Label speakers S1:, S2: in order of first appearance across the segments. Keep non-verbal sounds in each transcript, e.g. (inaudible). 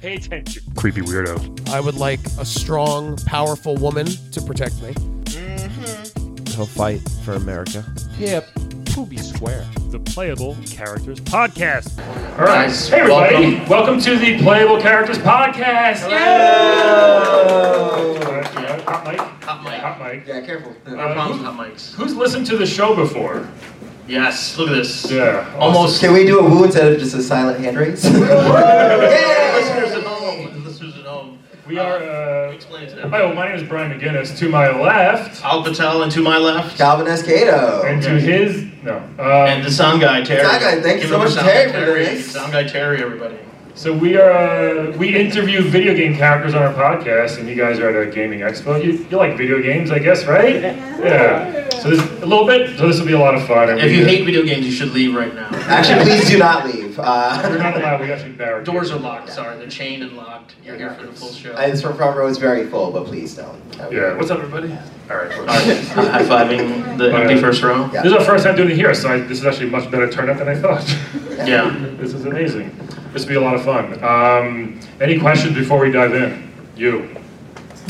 S1: Pay attention.
S2: Creepy weirdo.
S3: I would like a strong, powerful woman to protect me.
S4: He'll fight for America.
S3: Yep. Poopy square.
S1: The Playable Characters Podcast. All right.
S5: Guys,
S1: hey, everybody. Welcome. to the Playable Characters Podcast. Hello. Yeah, hot mic.
S5: Hot mic.
S1: Hot mic.
S5: Yeah, careful. No
S1: Uh,
S5: problems with
S1: who-
S5: hot mics.
S1: Who's listened to the show before?
S5: Yes, look at this.
S1: Yeah.
S5: Almost.
S6: Can we do a woo instead of just a silent hand raise?
S5: Listeners at home. Listeners at home.
S1: We are. Uh,
S5: Explain
S1: hi,
S5: to
S1: well, my name is Brian McGinnis. To my left,
S5: Al Patel and to my left.
S6: Calvin Escato.
S1: and to his no.
S5: And
S1: Um,
S5: the sound guy, Terry.
S6: Sound guy, thank
S5: Give
S6: you so
S5: him a
S6: much,
S5: sound guy,
S6: Terry, for this.
S5: Sound guy Terry, everybody.
S1: so we are. Uh, we interview video game characters on our podcast, and you guys are at a gaming expo. You, you like video games, I guess, right? Yeah. So this a little bit. So this will be a lot of fun. and
S5: If
S1: we-
S5: you hate video games, you should leave right
S6: (laughs)
S5: now.
S6: Actually, please do not leave.
S1: We're
S6: Uh,
S1: (laughs) not allowed. We actually barricade.
S5: Doors are locked. Sorry, they're chained and locked. You're here for the full show.
S6: it's from front row is very full, but please don't.
S1: Yeah. What's up, everybody? All right. All
S5: I'm
S1: right.
S5: high-fiving the empty first row.
S6: Yeah.
S1: This is our first time doing it here, so I, this is actually a much better turnout than I thought. (laughs)
S5: Yeah.
S1: this is amazing. This will be a lot of fun. Um, any questions before we dive in? You.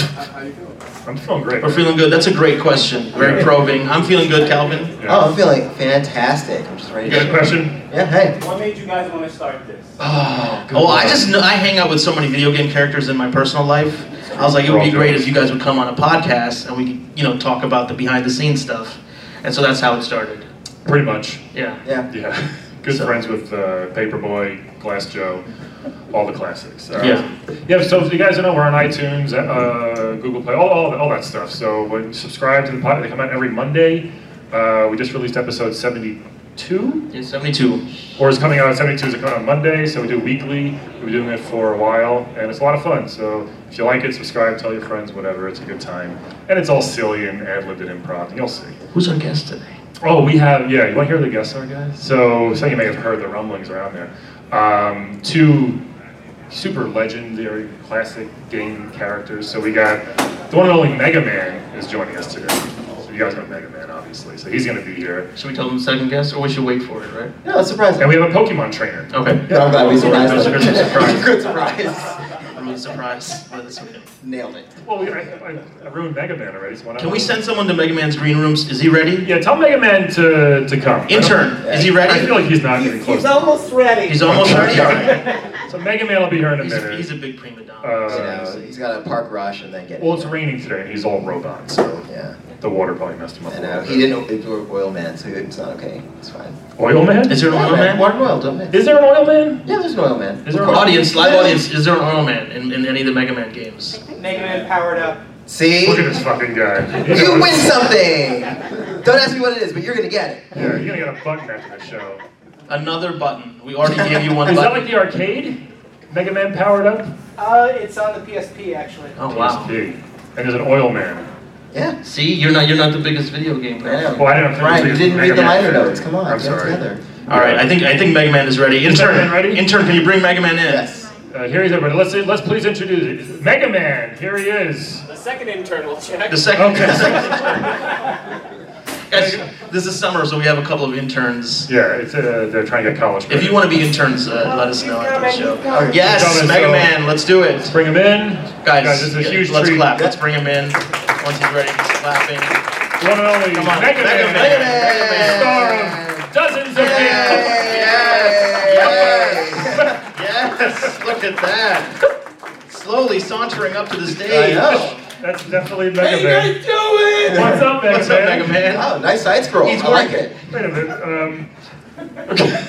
S1: How you feeling? I'm feeling great.
S5: We're feeling good. That's a great question. Very probing. I'm feeling good, Calvin.
S1: Yeah.
S6: Oh, I'm feeling fantastic. I'm just ready
S1: You got a
S6: to.
S1: question?
S6: Yeah, hey.
S7: What made you guys want to start this?
S5: Oh, well, I just know, I hang out with so many video game characters in my personal life. I was like, it would be great if you guys would come on a podcast and we could, you know, talk about the behind the scenes stuff. And so that's how it started.
S1: Pretty much.
S5: Yeah.
S6: Yeah.
S1: Yeah. Good
S5: So-
S1: friends with uh, Paperboy, Glass Joe, all the classics. Uh,
S5: Yeah.
S1: Yeah. So if you guys don't know, we're on iTunes, uh, Google Play, all, all, all that stuff. So when, subscribe to the pod. They come out every Monday. Uh, we just released episode 72,
S5: Yeah, 72.
S1: or it's coming out on 72. It's coming out on Monday. So we do weekly. We've been doing it for a while, and it's a lot of fun. So if you like it, subscribe, tell your friends, whatever. It's a good time, and it's all silly and ad libbed and improv. And you'll see.
S5: Who's our guest today?
S1: Oh, we have, yeah, you want to hear the guests are, guys? So, some of you may have heard the rumblings around there. Um, two super legendary classic game characters. So, we got the one and only Mega Man is joining us today. So, you guys know Mega Man, obviously. So, he's going to be here.
S5: Should we tell them second guest or we should wait for it, right?
S6: No, it's surprising.
S1: And we have a Pokemon trainer.
S5: Okay.
S6: But I'm glad we surprised.
S5: Those are
S6: (laughs) them.
S5: surprise.
S6: Good surprise.
S5: I mean, surprise. But that's okay.
S6: Nailed it.
S1: Well, we, I, I, I ruined Mega Man already. So why not-
S5: Can we send someone to Mega Man's green rooms? Is he ready?
S1: Yeah, tell Mega Man to, to come.
S5: Intern, is he
S1: I, don't- I feel
S5: ready?
S1: like he's not even close.
S7: He's almost ready. (laughs)
S5: He's almost ready. All right.
S1: So, Mega Man will be here in a
S5: He's
S1: minute.
S5: a, he's a big prima donna.
S6: You know,
S1: uh,
S6: so he's got a park rush and then get.
S1: well, it's raining today, and he's all robot, so
S6: Yeah.
S1: the water probably messed him up. a
S6: I
S1: little
S6: know.
S1: bit.
S6: He didn't do oil man, so it's not okay. It's fine.
S1: Oil man?
S5: Is there an oil man?
S6: One oil man.
S1: Is there an oil man?
S6: Yeah, there's an oil man.
S1: Is there an oil-
S5: Audience, live audience, is there an oil man in, in any of the Mega Man games?
S7: Mega Man powered up.
S6: See?
S1: Look at this fucking guy. He
S6: You
S1: knows.
S6: win something! Don't ask me what it is, but you're gonna get it.
S1: Yeah, you're gonna get a button after the show.
S5: Another button. We already gave you
S1: (laughs)
S5: one
S1: Is that like
S5: button.
S1: the arcade? Mega Man powered up?
S7: Uh, it's on the PSP actually.
S5: Oh wow.
S1: PSP. And there's an oil man.
S6: Yeah.
S5: See, you're not you're not the biggest video game
S6: I
S5: player.
S6: know.
S1: Well, I don't think
S6: Brian,
S1: it's
S6: you didn't
S1: Mega
S6: read the
S1: Man.
S6: liner notes. Come on,
S1: I'm
S6: get
S1: sorry.
S6: it together.
S5: All right, I think I think Mega Man is ready. Intern,
S1: Mega Man ready?
S5: intern, can you bring Mega Man in?
S6: Yes.
S1: Uh, here he's everybody. Let's let's please introduce it. Mega Man. Here he is.
S7: The second internal check.
S5: The second.
S1: Okay.
S5: the second- (laughs) Guys, this is summer, so we have a couple of interns.
S1: Yeah, it's uh, they're trying to get college.
S5: If you want to be interns, uh, let us
S7: He's
S5: know after the
S7: coming,
S5: show.
S7: he's coming.
S5: Yes,
S1: Coming,
S5: Mega
S1: so-
S5: Man, let's do it,
S1: bring him in,
S5: guys.
S1: uh, Guys, this is a
S5: yeah,
S1: huge
S5: let's
S1: treat.
S5: clap. Let's bring him in once he's ready. He's clapping.
S1: The One and only
S5: Come on,
S1: Mega,
S5: Mega
S1: Man.
S5: Man.
S6: Mega Man.
S1: Star of dozens of games.
S5: Yes. Yes. Look at that. Slowly sauntering up to the stage.
S6: know.
S1: That's definitely Mega Man. What's up, Mega
S5: What's up,
S1: Man?
S5: Mega Man?
S6: Oh, nice side scroll.
S5: He's
S6: I like
S5: working.
S6: it.
S1: Wait a minute. Um,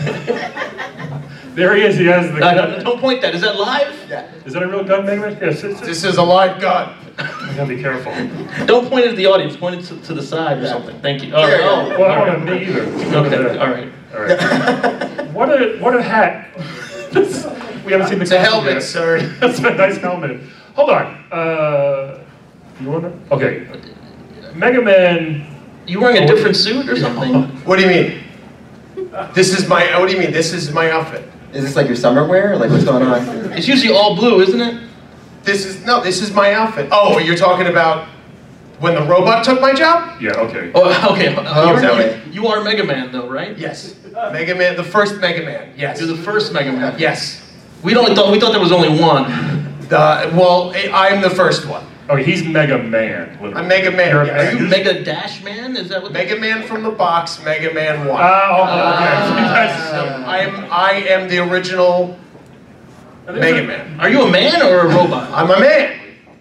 S1: there he is. He has the
S5: Uh,
S1: gun.
S5: don't, don't point that. Is that live?
S6: Yeah.
S1: Is that a real gun, Mega Man? Yes. It's, it's,
S4: is a live gun.
S1: I gotta be careful. Well,
S5: Don't point it at the audience. Point it to, to the side or something. Thank you. Oh,
S6: There you
S5: oh,
S6: go.
S1: I don't want to me either.
S5: Okay. All right.
S1: All right. What a what a hat. (laughs) This- we haven't seen the
S5: It's a
S1: costume
S5: helmet,
S1: yet.
S5: sir.
S1: (laughs) That's a nice helmet. Hold on. Uh, you wanna? Okay. Mega Man.
S5: You wearing a different suit or something?
S4: What do you mean? This is my. What do you mean? This is my outfit.
S6: Is this like your summer wear? Like, what's going on?
S5: It's usually all blue, isn't it?
S4: This is no. This is my outfit. Oh, you're talking about when the robot took my job?
S1: Yeah. Okay.
S5: Oh, (laughs) okay.
S6: Oh,
S5: You're-
S6: okay.
S5: You are Mega Man, though, right?
S4: Yes. Mega Man, the first Mega Man. Yes.
S5: You're the first Mega Man.
S4: Yes.
S5: We only thought we thought there was only one.
S4: Uh, well, I- I'm the first one.
S1: Oh, he's Mega Man. literally.
S4: I'm Mega Man,
S1: You're a
S4: yeah.
S1: man.
S4: Are you
S5: Mega Dash Man? Is that what?
S4: Mega Man from the box, Mega Man One. Um,
S1: Oh, (laughs) okay.
S4: I am I am the original
S1: That's-
S4: Mega Man.
S5: Are you a man or a
S4: (laughs)
S5: robot?
S4: I'm a man.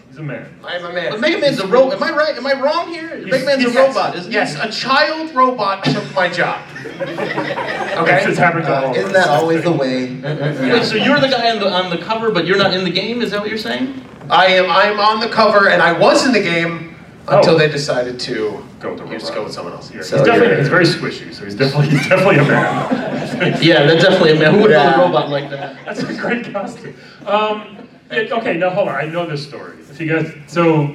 S1: He's a man.
S4: I'm a
S5: But
S4: man.
S5: Mega Man's a robot. Am I right? Am I wrong here? Mega Man's a
S4: Yes.
S5: robot, isn't he?
S4: Yes, a child robot took my job.
S1: This has
S4: Okay.
S1: happened
S5: Oh,
S1: to all of us.
S6: Isn't that always the way?
S5: Wait, so you're the guy on the on the cover, but you're not in the game. Is that what you're saying?
S4: I am I am on the cover and I was in the game until
S1: Oh.
S4: they decided to
S1: Go with the
S4: just
S1: robot.
S4: go with someone else.
S1: Yeah, he's
S6: So
S1: definitely
S6: you're-
S1: he's very squishy, so he's definitely he's definitely a man. (laughs)
S5: Yeah, that's definitely a man. Who would build
S6: Yeah.
S5: a robot like that?
S1: That's a great costume. Um, it- okay, now hold on. I know this story. If you guys, so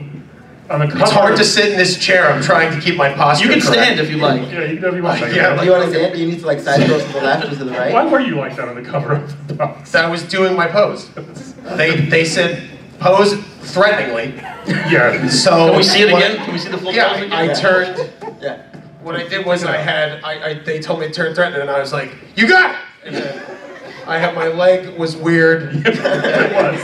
S1: on the cover,
S4: It's hard to sit in this chair. I'm trying to keep my posture.
S5: You can
S4: correct.
S5: stand if you like.
S1: Yeah, you can do whatever you want.
S4: Yeah,
S6: Do
S1: Megan.
S6: you understand? Do you need to like side go to the left or to the
S1: Why
S6: right?
S1: were you like that on the cover of the
S4: (laughs)
S1: box?
S4: I was doing my pose. They they said pose threateningly.
S1: Yeah.
S4: So
S5: Can we see it
S4: what-
S5: again? Can we see the full pose
S4: Yeah,
S5: again?
S4: I I turned.
S6: Yeah.
S4: What I did was I had I, I they told me to turn threatening and I was like, you got it. And then I had my leg was
S5: (laughs)
S4: weird.
S1: it was.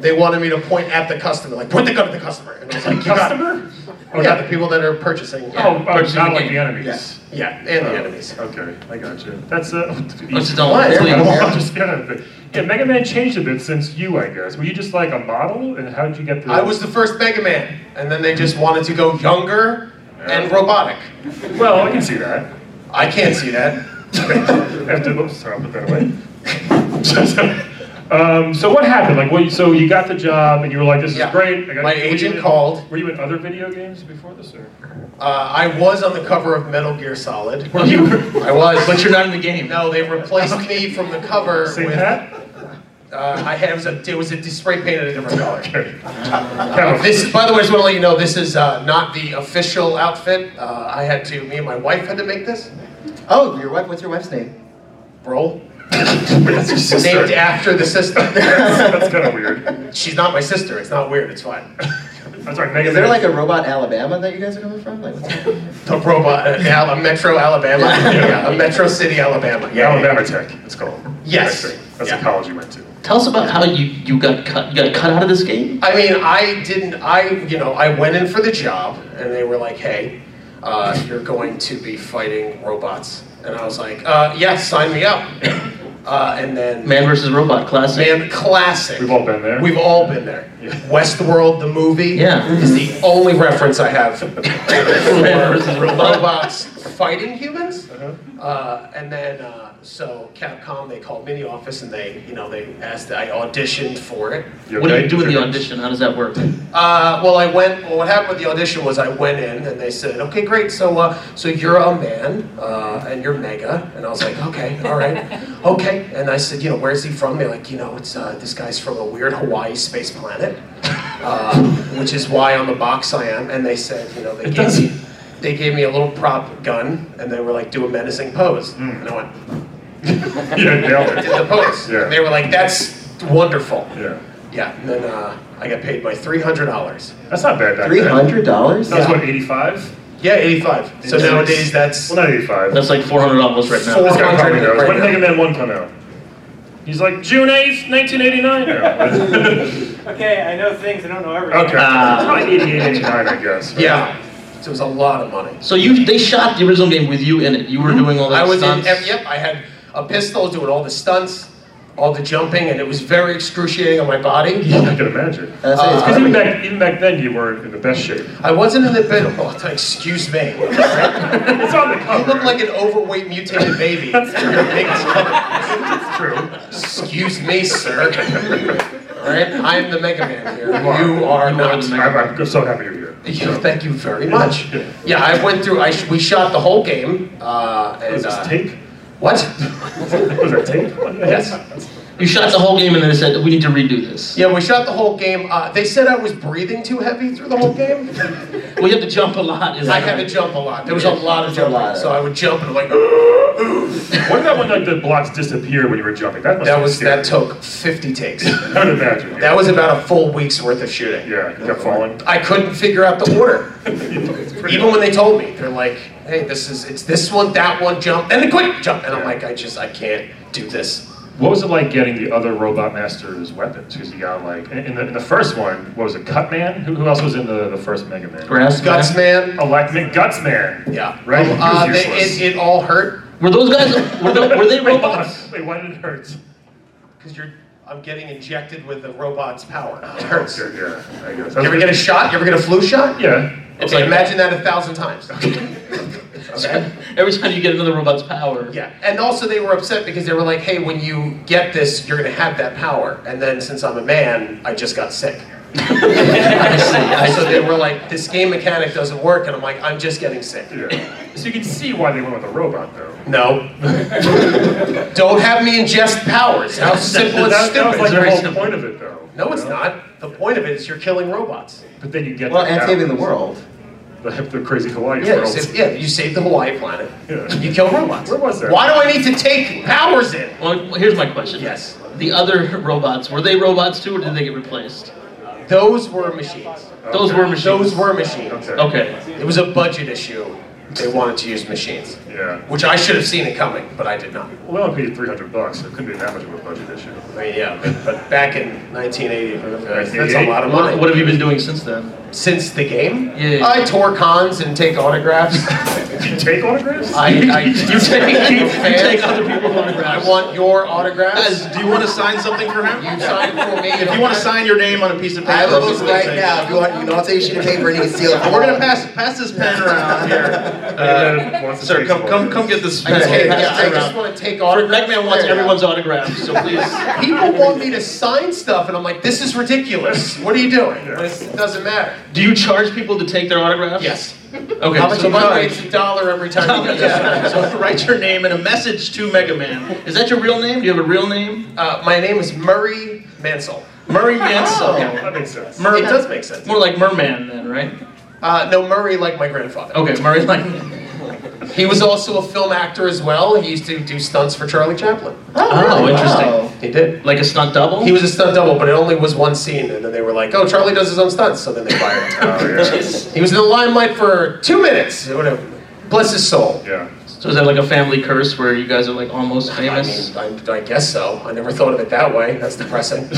S4: They wanted me to point at the customer, like point the gun at the customer, and I was like, you got it.
S1: Customer? Oh,
S4: Yeah,
S1: not
S4: the people that are purchasing.
S1: Oh, oh
S5: Purchasing
S1: not
S5: the
S1: like the
S5: game.
S1: enemies.
S4: yeah, and
S5: Uh,
S1: Oh,
S4: the enemies.
S1: Okay, I got you. That's uh, (laughs)
S5: Let's just
S1: I
S5: don't
S6: Why?
S5: please.
S1: don't
S6: Yeah.
S1: want to just get it. Yeah, Mega Man changed a bit since you, I guess. Were you just like a model, and how did you get the?
S4: I was the first Mega Man, and then they just wanted to go younger and robotic.
S1: Well, I can see that.
S4: I can't see that. (laughs)
S1: After oops, sorry, I'll put that away. um, so what happened? Like, what? So you got the job, and you were like, "This is
S4: Yeah.
S1: great." I got
S4: My
S1: were you
S4: agent
S1: in-
S4: called.
S1: Were you in other video games before this, or?
S4: Uh, I was on the cover of Metal Gear Solid.
S5: Well, you-
S4: I was,
S5: But you're not in the game.
S4: No, they replaced me from the
S1: (laughs)
S4: cover
S1: Same
S4: with.
S1: hat.
S4: Uh, I had it was a it was a spray painted a different
S5: (laughs)
S4: color. Uh,
S1: Okay.
S5: Oh.
S1: Kind of-
S4: This, by the way, just want to let you know this is uh, not the official outfit. Uh, I had to. Me and my wife had to make this.
S6: Oh, your wife. What's your wife's name?
S4: Roll
S1: that's your sister.
S4: named after the sister.
S1: That's kind of weird.
S4: She's not my sister. It's not weird. It's fine.
S1: I'm sorry, Mega
S6: Is there
S1: Man.
S6: like a robot Alabama that you guys are coming from? Like, what's
S5: (laughs)
S4: The robot, uh, Al- Metro Alabama, yeah, uh, Metro City Alabama. Yeah, yeah,
S1: Alabama Tech, it's called.
S4: Yes.
S1: Actually, That's
S4: Yeah.
S1: the college you went to.
S5: Tell us about how you, you got cut you got cut out of this game.
S4: I mean, I didn't, I, you know, I went in for the job and they were like, hey, uh, you're going to be fighting robots. And I was like, uh, yes, sign me up. Uh, and then,
S5: Man versus robot classic.
S4: man, classic.
S1: We've all been there.
S4: We've all been there.
S1: Yeah.
S4: Westworld, the movie,
S5: Yeah.
S4: is the only reference I have
S1: (laughs)
S5: Man
S4: for
S5: versus robot.
S4: robots fighting humans.
S1: Uh-huh.
S4: Uh, and then, uh, so Capcom, they called me in the office and they, you know, they asked, I auditioned for it.
S5: What do
S1: okay?
S5: you do in the
S1: Sure.
S5: audition? How does that work?
S4: Uh, well, I went. Well, what happened with the audition was I went in and they said, "Okay, great. So, uh, so you're a man uh, and you're mega." And I was like, "Okay, all right, okay." And I said, "You know, where's he from?" They're like, "You know, it's uh, this guy's from a weird Hawaii space planet, uh, which is why on the box I am." And they said, "You know, they gave me, they gave me a little prop gun and they were like, do a menacing pose."
S1: Hmm.
S4: And I went,
S1: (laughs) Yeah, nailed
S4: "Did the
S1: it.
S4: pose?"
S1: Yeah.
S4: And they were like, "That's wonderful."
S1: Yeah.
S4: Yeah. And then uh, I got paid my three hundred dollars.
S1: That's not bad back
S6: Three
S1: then.
S6: hundred dollars?
S1: That was what, 85?
S4: Yeah, 85. So
S1: Yeah.
S4: nowadays that's
S1: Well, not 85.
S5: That's like four hundred dollars right now.
S1: This guy probably
S4: 400
S1: knows.
S4: right
S1: When did
S4: now.
S1: Mega Man 1 come out? He's like, June 8th,
S4: (laughs)
S1: 1989. No.
S7: Okay, I know things, I don't know everything.
S1: okay.
S5: Ah.
S1: it's probably 88, 89, I guess. right?
S4: Uh, yeah. So it was a lot of money.
S5: So you they shot the original game with you in it. You were doing all that
S4: Mm-hmm. I was
S5: stunts.
S4: in ev- yep, I had a pistol doing all the stunts, all the jumping, and it was very excruciating on my body.
S1: I can imagine.
S6: That's it, Uh, it's
S5: Uh,
S1: Because even
S6: probably-
S1: back, even back then, you weren't in the best shape.
S4: I wasn't in the bed. (laughs) Oh, t- excuse me. Right?
S1: It's on the
S4: (laughs) You
S1: cover.
S4: look like an overweight mutated baby.
S1: it's true.
S4: excuse me, sir. All right, I'm the Mega Man here.
S1: You are.
S4: You are
S5: You are
S4: not.
S5: the Mega
S1: I'm, I'm so happy you're here.
S4: Yeah, thank (laughs) you very much.
S1: Yeah.
S4: Yeah, I went through. I sh- we shot the whole game. Uh, and
S1: Was
S4: uh,
S1: this tape?
S4: What?
S1: Was that tape?
S4: (laughs) Yes.
S5: You shot the whole game and then they said we need to redo this.
S4: Yeah, we shot the whole game. Uh, they said I was breathing too heavy through the whole game.
S5: Well, you have to jump a lot. Is
S4: I
S5: that
S4: had to
S5: right?
S4: jump a lot. There was a lot of
S6: There's a lot
S4: jumping,
S6: of-
S4: so I would jump and like. (gasps) "Ugh, ugh."
S1: What about when like the blocks disappear when you were jumping? That must
S4: That
S1: have
S4: was
S1: been
S4: that
S1: scary.
S4: took 50 takes.
S1: I would imagine. yeah.
S4: That was about a full week's worth of shooting.
S1: Yeah, you kept falling.
S4: I couldn't figure out the order,
S1: It's (laughs) pretty-
S4: even when they told me. They're like, "Hey, this is it's this one, that one, jump, and a quick jump," and I'm like, "I just I can't do this."
S1: What was it like getting the other Robot Master's weapons? Because you got like in in the, in the first one, what was it, Cut Man? Who, who else was in the, the first Mega Man?
S5: Grass
S4: Guts Man.
S1: Electric Guts Man.
S4: Yeah.
S1: Oh, Right. He was
S4: Uh, they,
S1: useless.
S4: it, it all hurt
S5: Were those guys? Were they, were they
S1: Wait, hold on.
S5: robots?
S1: (laughs) Wait, why did it hurt?
S4: because you're. I'm getting injected with the robot's power. It hurts.
S1: Yeah,
S4: You
S1: yeah, I guess.
S4: ever get a shot? You ever get a flu shot?
S1: Yeah.
S4: Okay, imagine that a thousand times. (laughs) okay.
S5: Every time you get another robot's power.
S4: Yeah, and also they were upset because they were like, "Hey, when you get this, you're gonna have that power." And then since I'm a man, I just got
S1: (laughs)
S4: sick. so they were like, "This game mechanic doesn't work," and I'm like, "I'm just getting sick."
S1: yeah. So you can see why they went with a robot, though. (laughs)
S4: No. Don't have me ingest powers. How simple and
S1: that, that was
S4: stupid.
S1: like
S5: Very
S1: the whole
S5: simple.
S1: point of it, though.
S4: no, it's
S1: you know?
S4: not. The point of it is you're killing robots.
S1: But then you get
S6: Well,
S1: the
S6: and saving the
S1: powers.
S6: world.
S1: The, the crazy Hawaii
S4: Yeah, you
S1: world.
S4: save, yeah, you save the Hawaii planet.
S1: Yeah.
S4: You kill robots.
S1: Where was that?
S4: Why do I need to take powers in?
S5: Well, here's my question.
S4: Yes.
S5: The other robots were they robots too, or did they get replaced?
S4: Those were machines.
S5: Those were machines.
S4: Those were machines.
S1: Okay.
S5: Okay.
S4: It was a budget issue. They wanted to use machines,
S1: Yeah.
S4: which I should have seen it coming, but I did not.
S1: Well, it paid 300 bucks, so it couldn't be that much of a budget issue.
S4: I mean, yeah, but, but back in 1980, that's a lot of money.
S5: What, what have you been doing since then?
S4: Since the game,
S5: Yeah, yeah, yeah.
S4: I tour cons and take
S5: (laughs)
S4: autographs.
S1: Did you take autographs?
S4: I, I (laughs) you take,
S5: you take other people's autographs.
S4: I want your autographs.
S5: Guys, do you want to sign something for him?
S4: You sign for me.
S5: If you want to sign your name on a piece of paper,
S6: I have a book
S5: people will
S6: right
S5: take it.
S6: now. If you want, you can all take a sheet of paper and you can seal it.
S5: We're gonna pass pass this pen around here. Uh,
S1: Everyone wants to
S5: sir,
S1: take
S5: come
S1: some
S5: come come
S1: autographs.
S5: get this
S4: I,
S5: pen.
S4: take,
S5: Pass
S4: I
S5: it
S4: just
S5: around.
S4: want to take
S5: Rick
S4: autographs.
S5: Man wants
S4: There you go.
S5: everyone's autographs, so please.
S4: (laughs) People want me to sign stuff, and I'm like, this is ridiculous. What are you doing? But It doesn't matter.
S5: Do you charge people to take their autographs? (laughs) Oh,
S4: (laughs) Yes.
S5: Okay.
S4: How much
S5: so
S4: so by the way,
S5: charge.
S4: it's a dollar every
S5: (laughs)
S4: time you get
S5: Yeah.
S4: this.
S5: So write your name and a message to Mega Man. Is that your real name? Do you have a real name?
S4: Uh, my name is Murray Mansell. Oh.
S5: Murray Mansell.
S1: That makes sense.
S5: Murray.
S4: It does make sense.
S5: More like Merman then, right?
S4: Uh, no, Murray like my grandfather.
S5: Okay, Murray like.
S4: He was also a film actor as well. He used to do stunts for Charlie Chaplin.
S5: Oh, interesting.
S4: He did.
S5: Like a stunt double.
S4: He was a stunt double, but it only was one scene, and then they were like, "Oh, Charlie does his own stunts," so then they fired him.
S5: (laughs)
S1: Oh, yeah.
S4: He was in the limelight for two minutes. Whatever. Bless his soul.
S1: yeah.
S5: So is that like a family curse where you guys are like almost
S4: I
S5: famous?
S4: mean, I, I guess so. I never thought of it that way. That's depressing.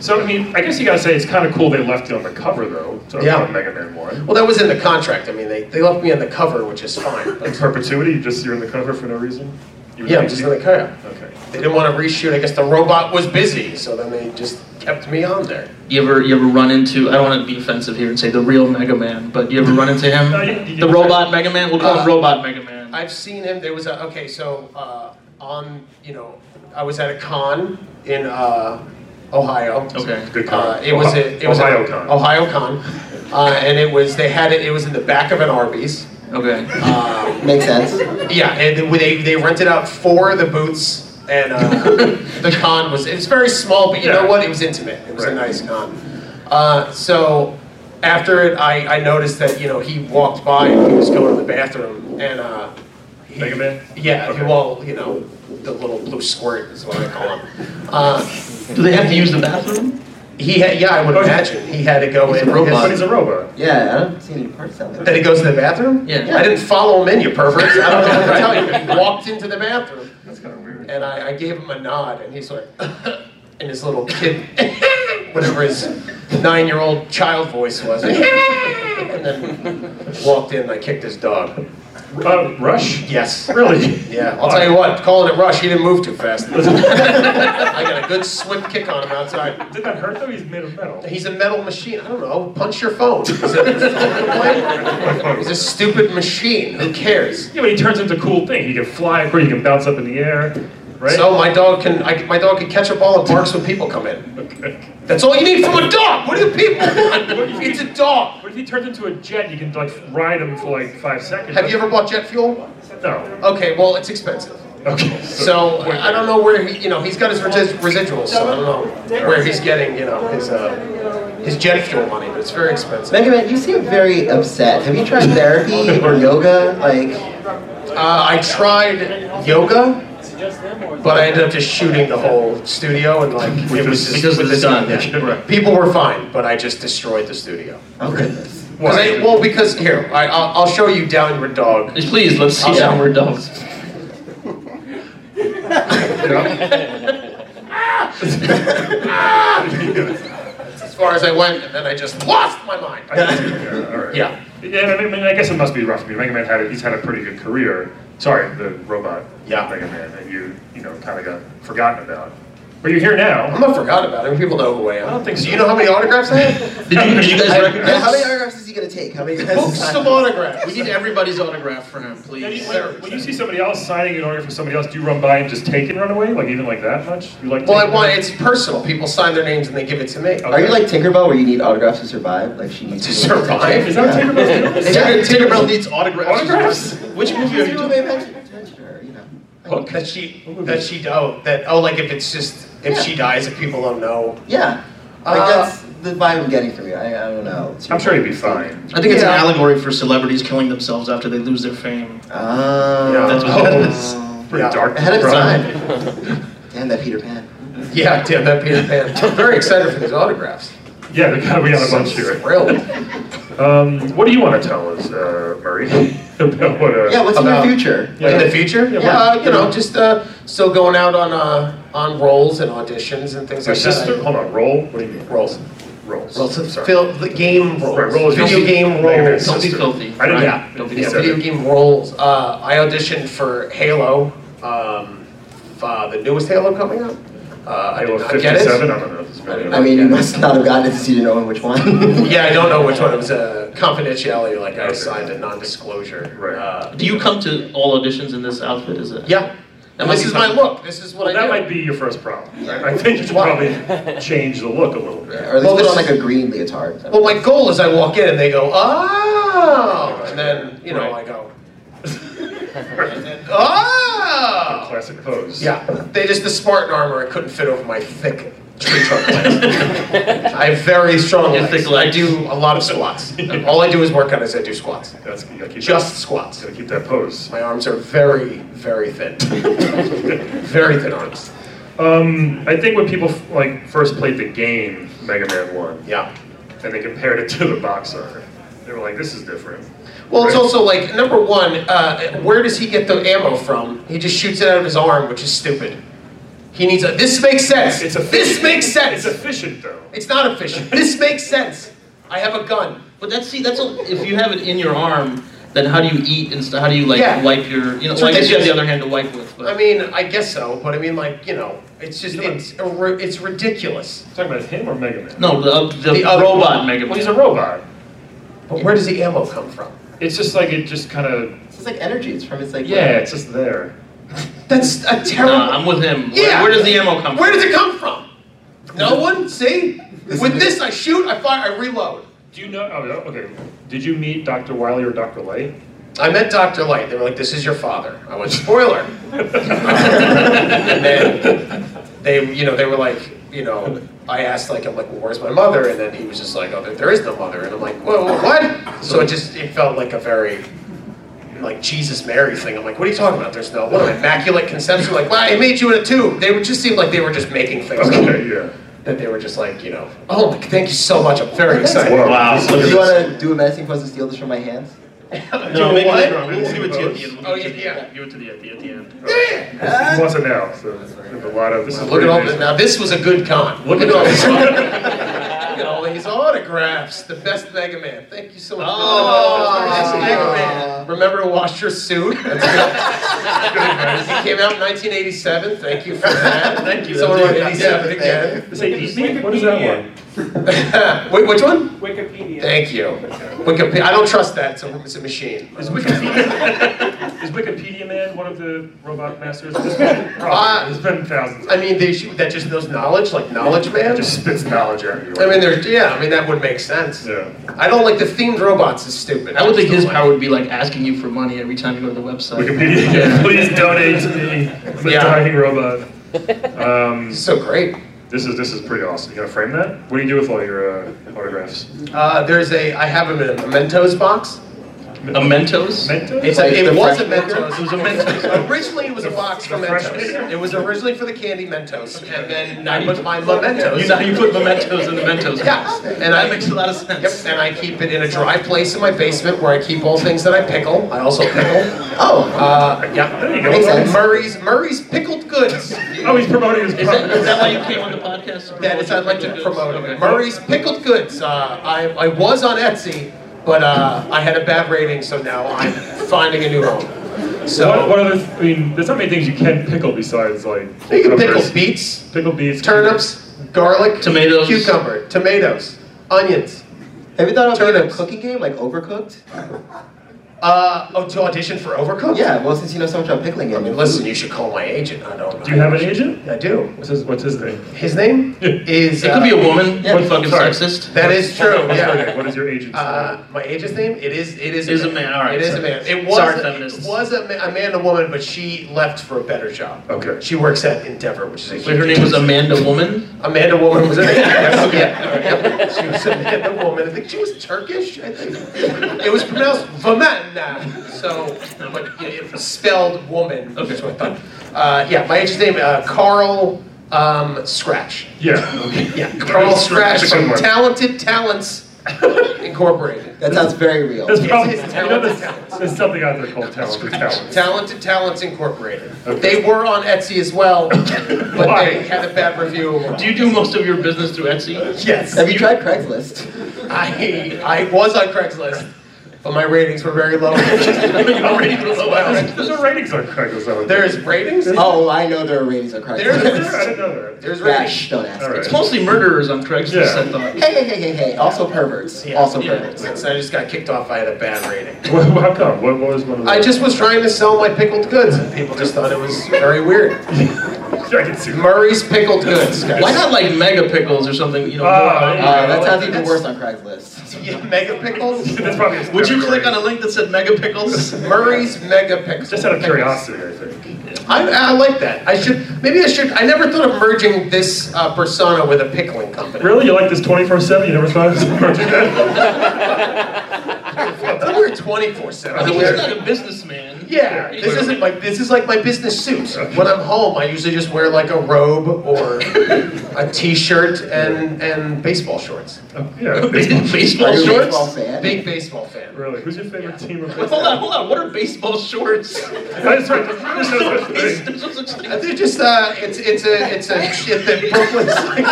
S1: So, I mean, I guess you gotta say it's kind of cool they left you on the cover, though, to
S4: Yeah.
S1: yeah. Mega Man 1.
S4: well, that was in the contract. I mean, they, they left me on the cover, which is (laughs) fine.
S1: In
S4: But
S1: perpetuity, you just you're in the cover for no reason? You were
S4: yeah, I'm
S1: like-
S4: just in the cover.
S1: Okay.
S4: They didn't want to reshoot. I guess the robot was busy, so then they just kept me on there.
S5: You ever you ever run into? I don't want to be offensive here and say the real Mega Man, but you ever run into (laughs) him?
S1: No, you- you-
S5: the robot Mega Man. We'll call
S4: Uh,
S5: him Robot Mega Man.
S4: I've seen him. There was a okay. So uh, on you know, I was at a con in uh, Ohio.
S5: Okay.
S1: Good
S4: Uh,
S1: con.
S4: it was a, it was a- Oh.
S1: Ohio con.
S4: Ohio con, uh, and it was they had it. It was in the back of an Arby's.
S5: Okay.
S4: Um,
S6: Makes sense.
S4: yeah, and they- they they rented out four of the booths,
S1: (laughs)
S4: and uh, the con was it was very small, but you know
S1: Yeah.
S4: what? It was intimate. It was a
S1: Right.
S4: nice con. Uh, so after it, I, I noticed that you know he walked by and he was going to the bathroom, and uh, he-
S1: Mega Man?
S4: Yeah,
S1: Okay.
S4: well, you know, the little blue squirt is what I call him. Uh,
S5: (laughs) Do they have to use the bathroom?
S4: he had, yeah, I would imagine he had to go in.
S6: a robot.
S1: But Oh, he's a robot.
S6: Yeah, I don't see any parts of it.
S4: That he goes to the bathroom?
S5: Yeah.
S4: I didn't follow him in, you pervert. I don't know what to tell you. He walked into the bathroom
S1: That's kind of weird.
S4: and I, I gave him a nod and he's like, (laughs) in his little kid, (laughs) whatever his nine year old child voice was. (laughs) and then walked in and I kicked his dog.
S1: Uh, Rush?
S4: Yes.
S1: Really? (laughs)
S4: Yeah, I'll tell you what, calling it rush, he didn't move too fast. I got a good swift kick on him outside.
S1: Did that hurt though? He's made of
S4: (laughs)
S1: metal.
S4: He's a metal machine. I don't know. Punch your phone. He's a, he's a stupid machine. Who cares?
S1: Yeah, but he turns into a cool thing. He can fly, of course, he can bounce up in the air, right?
S4: So my dog can I, my dog can catch a ball and barks when people come in. That's all you need from a dog. What do the people want? It's a dog.
S1: But if he turns into a jet, you can like ride him for like five seconds.
S4: Have you ever bought jet fuel?
S1: No.
S4: Okay, well it's expensive.
S1: Okay.
S4: So I don't know where he, you know he's got his resi- residuals. So I don't know where he's getting you know his uh, his jet fuel money, but it's very expensive.
S6: Mega Man, you seem very upset. Have you tried therapy or yoga? Like,
S4: Uh, I tried yoga. But I ended up just shooting the whole studio and like it was just
S5: Because of the gun.
S1: Right.
S4: people were fine, but I just destroyed the studio.
S6: oh goodness.
S4: 'Cause I- well, because here, I, I'll, I'll
S5: (laughs)
S4: show you downward dog.
S5: Please, let's see
S4: Awesome.
S5: downward dogs.
S4: as far as I went, and then I just lost my mind.
S1: Yeah, all right.
S4: Yeah.
S1: Yeah, I mean, I guess it must be rough for you. Mega Man had a, he's had a pretty good career. Sorry, the robot.
S4: Yeah.
S1: Mega Man that you you know kind of got forgotten about, but you're here now.
S4: I'm not forgotten about it. People know who I am.
S1: I don't think
S4: Do
S1: so.
S4: you know how many autographs I
S5: (laughs)
S4: have?
S5: Did you, did you guys recognize?
S6: How many autographs is he gonna take? How many guys?
S4: Books of autographs.
S5: We need everybody's autograph for him,
S1: Yeah, you-
S5: please.
S1: when, when you see somebody else signing an autograph for somebody else, do you run by and just take it and run away? Like even like that much? You like?
S4: Well, I
S1: taking
S4: want
S1: it?
S4: it's personal. People sign their names and they give it to me.
S1: Okay.
S6: Are you like Tinkerbell where you need autographs to survive? Like she needs
S4: To survive?
S1: Is that what Tinkerbell's doing?
S6: Yeah.
S5: Tinker- Tinkerbell needs autographs.
S1: Autographs?
S5: Which movie are you doing?
S4: Hook that she that she oh that oh like if it's just if
S6: Yeah.
S4: she dies if people don't know.
S6: Yeah. Like
S4: Uh,
S6: that's the vibe I'm getting from you. I, I don't know. It's
S1: I'm sure you'd be
S4: (laughs)
S1: fine.
S5: I think it's
S4: Yeah.
S5: an allegory for celebrities killing themselves after they lose their fame.
S6: Oh.
S1: Yeah,
S5: That's what that is.
S6: (laughs)
S1: Pretty
S4: Yeah.
S1: dark.
S6: Ahead of
S1: bro.
S6: time. (laughs) Damn that Peter Pan.
S4: Yeah, damn that Peter Pan. I'm very excited for these autographs.
S1: Yeah, we got, we got a
S4: So
S1: bunch here.
S4: Thrilled.
S1: Um, what do you want to tell us, uh, Murray? (laughs) about what? Uh,
S6: Yeah, what's
S4: About-
S6: in your future?
S1: Yeah.
S4: In the future?
S1: Yeah.
S4: Uh, you know, just uh, still going out on uh, on roles and auditions and things
S1: my
S4: like
S1: sister?
S4: that.
S1: Hold on, roll. What do you mean?
S4: Roles.
S1: Rolls.
S4: Roles of
S1: Sorry.
S4: fil- the game roles.
S1: Right, roll is
S4: video
S1: just-
S4: game
S1: Mega Man
S4: roles.
S5: Don't be
S1: sister.
S5: filthy.
S1: I don't
S5: Right.
S1: yeah.
S5: Don't be
S4: Yeah,
S1: filthy.
S4: video game roles. Uh, I auditioned for Halo, um, f- uh, the newest Halo coming out. Uh, I
S1: Halo
S4: did not get it.
S1: 57. I don't know. if it's
S4: I
S1: really-
S6: I mean, you must not have gotten it since you didn't know which (laughs) one.
S4: (laughs) Yeah, I don't know which one. It was a confidentiality, like I signed a non-disclosure.
S1: Right.
S4: Uh,
S5: Do you come to all auditions in this outfit? Is it?
S4: yeah.
S5: That might
S4: this
S5: be
S4: is my
S5: fun.
S4: look. This is what
S1: Well, that
S4: I do.
S1: might be your first problem. right? I think you should probably change the look a little bit.
S6: or at least
S4: Well,
S6: put
S4: this
S6: on like
S4: is-
S6: a green leotard.
S4: Well, my goal is I walk in and they go, oh, and then, you know,
S1: Right.
S4: I go, oh.
S1: (laughs) Classic pose.
S4: Yeah, they just, the Spartan armor, it couldn't fit over my thick tree trunk legs. I have very strong
S5: Your
S4: legs.
S5: thick
S4: I
S5: legs.
S4: do a lot of squats. All I do is work on is I do squats.
S1: That's you gotta keep
S4: Just
S1: that,
S4: squats.
S1: (laughs) gotta keep that pose.
S4: My arms are very, very thin. very thin arms.
S1: Um, I think when people like first played the game Mega Man One,
S4: Yeah.
S1: and they compared it to the box art, they were like, "This is different."
S4: Well, it's
S1: Right?
S4: also like number one, uh, where does he get the ammo from? He just shoots it out of his arm, which is stupid. He needs a. This makes sense.
S1: It's efficient.
S4: this makes sense.
S1: It's efficient though.
S4: it's not efficient. this makes sense. I have a gun.
S5: (laughs) But that's see, that's a, if you have it in your arm, then how do you eat and st- how do you like
S4: Yeah.
S5: wipe your? You know,
S4: It's
S5: well, I guess you have
S4: ridiculous.
S5: the other hand to wipe with. But
S4: I mean, I guess so, but I mean, like you know, it's just
S1: Come on.
S4: it's a ri- it's ridiculous.
S1: Talking about him or Mega Man?
S5: no, the uh, the,
S4: The other-
S5: robot Mega
S1: Well,
S5: Man.
S1: he's a robot.
S4: But where does the ammo come from?
S1: It's just like it just kind of
S6: It's just like energy. It's from its like.
S1: yeah, it's just there.
S4: That's a terrible.
S5: Nah, I'm with him. Where-
S4: Yeah.
S5: Where, does the ammo come?
S4: Where
S5: from?
S4: does it come from? No one. See, with this, I shoot, I fire, I reload.
S1: Do you know? Oh, no, okay. Did you meet Dr. Wiley or Dr. (laughs)
S5: (laughs)
S1: Light?
S4: I met Dr. Light. They were like, this is your father. I went, spoiler. and then they, you know, they were like, you know, I asked like, I'm like, well, where's my mother? And then he was just like, oh, there, there is no mother. And I'm like, whoa, whoa, what? So it just, it felt like a very, like Jesus Mary thing. I'm like, what are you talking about? There's no, what am I, immaculate conception? Like, wow, I made you in a tube. They would just seem like they were just making things up.
S1: Okay, yeah.
S4: That they were just like, you know, oh, my, thank you so much. I'm very excited.
S1: Whoa.
S5: Wow.
S6: Do you want to do a menacing pose and steal this from my hands?
S5: No, maybe
S4: What?
S5: later on. We'll give it to you at the end.
S4: Oh,
S5: We'll give it to you
S4: yeah,
S5: at the
S4: yeah.
S5: end. Give it to the at the- at
S1: (laughs)
S5: the end.
S4: Yeah.
S1: He wants it now, so there's a lot of this is
S4: Look at
S1: pretty
S4: all the,
S1: amazing.
S4: now this was a good con. Look at all (laughs) these look at all these autographs. The best Mega Man. Thank you so much.
S5: Oh,
S4: That's
S6: oh.
S4: Ah, Mega Man. Remember to wash your (laughs) suit. That's
S1: (laughs)
S5: (laughs)
S4: good. it came out in 1987. Thank you for that.
S5: Thank you.
S4: Someone wrote
S5: Yeah,
S4: 87 again.
S1: Is it easy? What is that one?
S4: (laughs) Wait, which one?
S7: (laughs) Wikipedia.
S4: Thank you. Wikipedia. I don't trust that. It's a, it's a machine.
S1: Is Wikipedia, (laughs) is Wikipedia Man one of the robot (laughs) masters? This man- Probably. There's been thousands.
S4: I mean, they should, that just knows knowledge, like knowledge man.
S1: It just spits knowledge at you.
S4: I mean, there. Yeah, I mean that would make sense.
S1: Yeah.
S4: I don't like the themed robots. Is stupid.
S5: I would think
S4: just
S5: his
S4: don't like
S5: power would be like asking you for money every time you go to the website.
S1: Wikipedia, yeah, (laughs) please donate to me. I'm a
S4: Yeah.
S1: dying robot.
S4: (laughs)
S1: Um,
S4: it. So great.
S1: this is this is pretty awesome. You gonna frame that? What do you do with all your uh, autographs?
S4: Uh, there's a, I have them in a mementos box.
S5: A Mentos?
S1: Mentos?
S4: It's a,
S6: Like
S4: it
S6: the
S4: was a
S6: fresh
S4: Mentos.
S5: It was a Mentos.
S4: Originally, it was a box for
S1: The fresh
S4: Mentos.
S1: Mentos?
S4: It was originally for the candy Mentos, and then I put my mementos.
S5: You know how you put mementos in the Mentos?
S4: Yeah, and
S5: That
S4: I-
S5: makes a lot of
S4: Yep,
S5: sense.
S4: and I keep it in a dry place in my basement where I keep all things that I pickle. I also pickle.
S6: Oh,
S4: Uh, yeah,
S1: There you
S6: Makes
S1: go.
S6: sense.
S4: Murray's Murray's pickled goods.
S1: Oh, he's promoting his
S5: Is that,
S1: product.
S5: is that why you came on the podcast? to
S4: That
S5: promote
S4: is, I'd like to
S5: your
S4: promote
S5: Okay.
S4: it. Murray's Pickled Goods. Uh, I, I was on Etsy, but uh, I had a bad rating, so now I'm finding a new home.
S1: What,
S4: So
S1: what other? I mean, there's not many things you can pickle besides like.
S4: you can pickle
S1: cucumbers,
S4: beets,
S1: Pickled beets.
S4: turnips, garlic,
S5: Tomatoes.
S4: cucumber, tomatoes, onions.
S6: have you thought of doing a
S4: turnips.
S6: cooking game like Overcooked?
S4: Uh, oh, to audition for Overcooked?
S6: Yeah, well, since you know so much about pickling it,
S4: I mean, listen, you should call my agent. I don't.
S1: Do you have an agent?
S4: I do.
S1: What's his What's his name?
S4: His name is.
S5: It could be a
S4: uh,
S5: woman.
S6: Yeah.
S5: What fucking
S1: Sorry.
S5: sexist?
S4: That is true.
S1: What's her name?
S4: Yeah.
S1: What is your agent's name?
S4: Uh, my agent's name? It is. It is.
S5: It is a man, all right,
S4: It is a
S5: sorry.
S4: man. It was.
S5: Sorry,
S4: a,
S5: feminists.
S4: It was a, ma- a man, and a woman, but she left for a better job.
S1: Okay.
S4: She works at Endeavor, which is a.
S5: Wait, her
S4: huge-
S5: name was um, Amanda Woman?
S4: Amanda Woman was in
S5: (laughs)
S4: it. Yes, yeah. Yep. She was Amanda Woman. I think she was Turkish. I think it was pronounced Vamanda. So, but yeah, it was spelled woman. Okay. what I thought. Uh, yeah, my agent's name uh, Carl um, Scratch.
S1: yeah. (laughs) Okay.
S4: Yeah, Carl Scratch
S1: That's a good
S4: from
S1: one.
S4: Talented Talents Incorporated.
S6: that sounds very real.
S1: There's probably
S4: it's
S1: you know, there's,
S4: talent.
S1: there's something out there called talent. for talent.
S4: Talented Talents Incorporated.
S1: Okay.
S4: They were on Etsy as well, but
S1: Why?
S4: they had a bad review.
S5: Do you do most of your business through Etsy?
S4: Yes.
S6: Have you tried
S4: (laughs)
S6: Craigslist?
S4: I I was on Craigslist, but my ratings were very low. (laughs)
S5: Your ratings were low.
S1: There's no ratings on Craigslist. though.
S4: There's ratings.
S6: Oh, I know there are ratings on
S1: Is there?
S6: Craigslist.
S1: (laughs) I didn't know that.
S4: There's
S6: Rash,
S4: ratings.
S6: don't ask.
S1: All right.
S5: It's mostly murderers on Craigslist, I
S1: Yeah.
S5: thought.
S6: Hey, hey, hey, hey, hey. Also perverts.
S4: Yeah.
S6: Also
S5: Yeah.
S6: perverts.
S4: So I just got kicked off. I had a bad rating.
S1: Well, how come? What, what was one of the?
S4: I just was trying to sell my pickled goods, and people just thought it was very weird.
S1: (laughs) I can see.
S4: Murray's pickled goods, guys.
S5: Why not like mega pickles or something? You know.
S1: Ah,
S5: more-
S6: Uh, that sounds
S4: Like,
S6: even
S4: that's-
S6: worse on Craigslist.
S4: Yeah, mega
S1: (laughs)
S4: pickles.
S1: That's probably. its
S5: Would you
S1: category.
S5: click on a link that said mega pickles?
S4: Murray's mega pickles.
S1: Just out of curiosity, I think.
S4: I, I like that. I should maybe I should. I never thought of merging this uh, persona with a pickling company.
S1: Really, you like this 24/7? You never thought of merging (laughs) that?
S4: I thought we were twenty four
S5: I
S4: seven.
S5: mean, he's not a businessman.
S4: Yeah, this isn't my this is like my business suit. When I'm home, I usually just wear like a robe
S1: (laughs)
S4: or a t-shirt and and baseball shorts.
S1: Oh,
S5: (laughs)
S1: Yeah.
S5: Big
S1: baseball.
S5: baseball
S6: Are you a
S5: shorts.
S6: baseball fan?
S4: Big baseball fan.
S1: Really, who's your favorite team? Of
S5: Hold on, hold on. What are baseball shorts?
S1: That's right. There's no such
S5: (laughs) There's
S1: thing.
S5: no such thing.
S4: Uh, They're just uh, it's it's a it's a it's the
S1: (laughs)
S4: Brooklyn. Cyclones.
S5: It's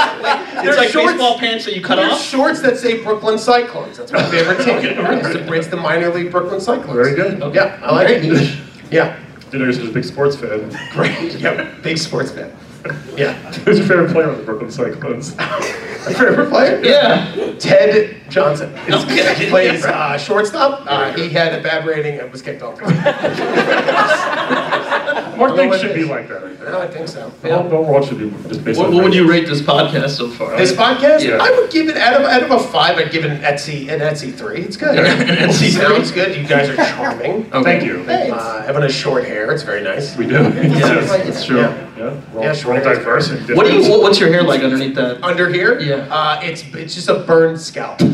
S4: They're
S5: like
S4: shorts-
S5: baseball pants that you cut
S4: They're
S5: off.
S4: shorts that say Brooklyn Cyclones. That's my favorite team. It's the, it's the minor league Brooklyn Cyclones.
S1: Very good.
S4: Yeah, I like
S6: Very
S4: it.
S6: niche.
S4: Yeah,
S1: Dinner's just a big sports fan. (laughs)
S4: great. Yep, big sports fan. Yeah,
S1: Who's your favorite player on the Brooklyn Cyclones? (laughs)
S4: favorite player.
S5: Yeah.
S4: Ted Johnson. is-
S5: Okay.
S4: He plays uh, shortstop. Uh, he had a bad rating and
S5: (laughs)
S4: was kicked off. No,
S1: More things should be like that. I think.
S4: I think so.
S5: Oh.
S1: The whole, the whole world should be just based
S5: What,
S1: on.
S5: what would you
S1: ratings.
S5: rate this podcast so far?
S4: This podcast,
S1: Yeah.
S4: I would give it out of out of a five. I'd give it an Etsy an Etsy three. It's good.
S5: (laughs) An Etsy
S4: sounds good. You guys are charming.
S5: Okay.
S1: Thank you.
S6: Thanks.
S4: Uh, having a short hair, it's very nice.
S1: We do. (laughs) Yeah.
S5: It's true.
S4: Yeah.
S1: Yeah. We're
S4: Yeah,
S1: all,
S4: sure.
S1: we're all diverse and different.
S5: What do you? What, what's your hair like underneath that?
S4: Under here,
S5: Yeah.
S4: uh, it's it's just a burned scalp. Oh,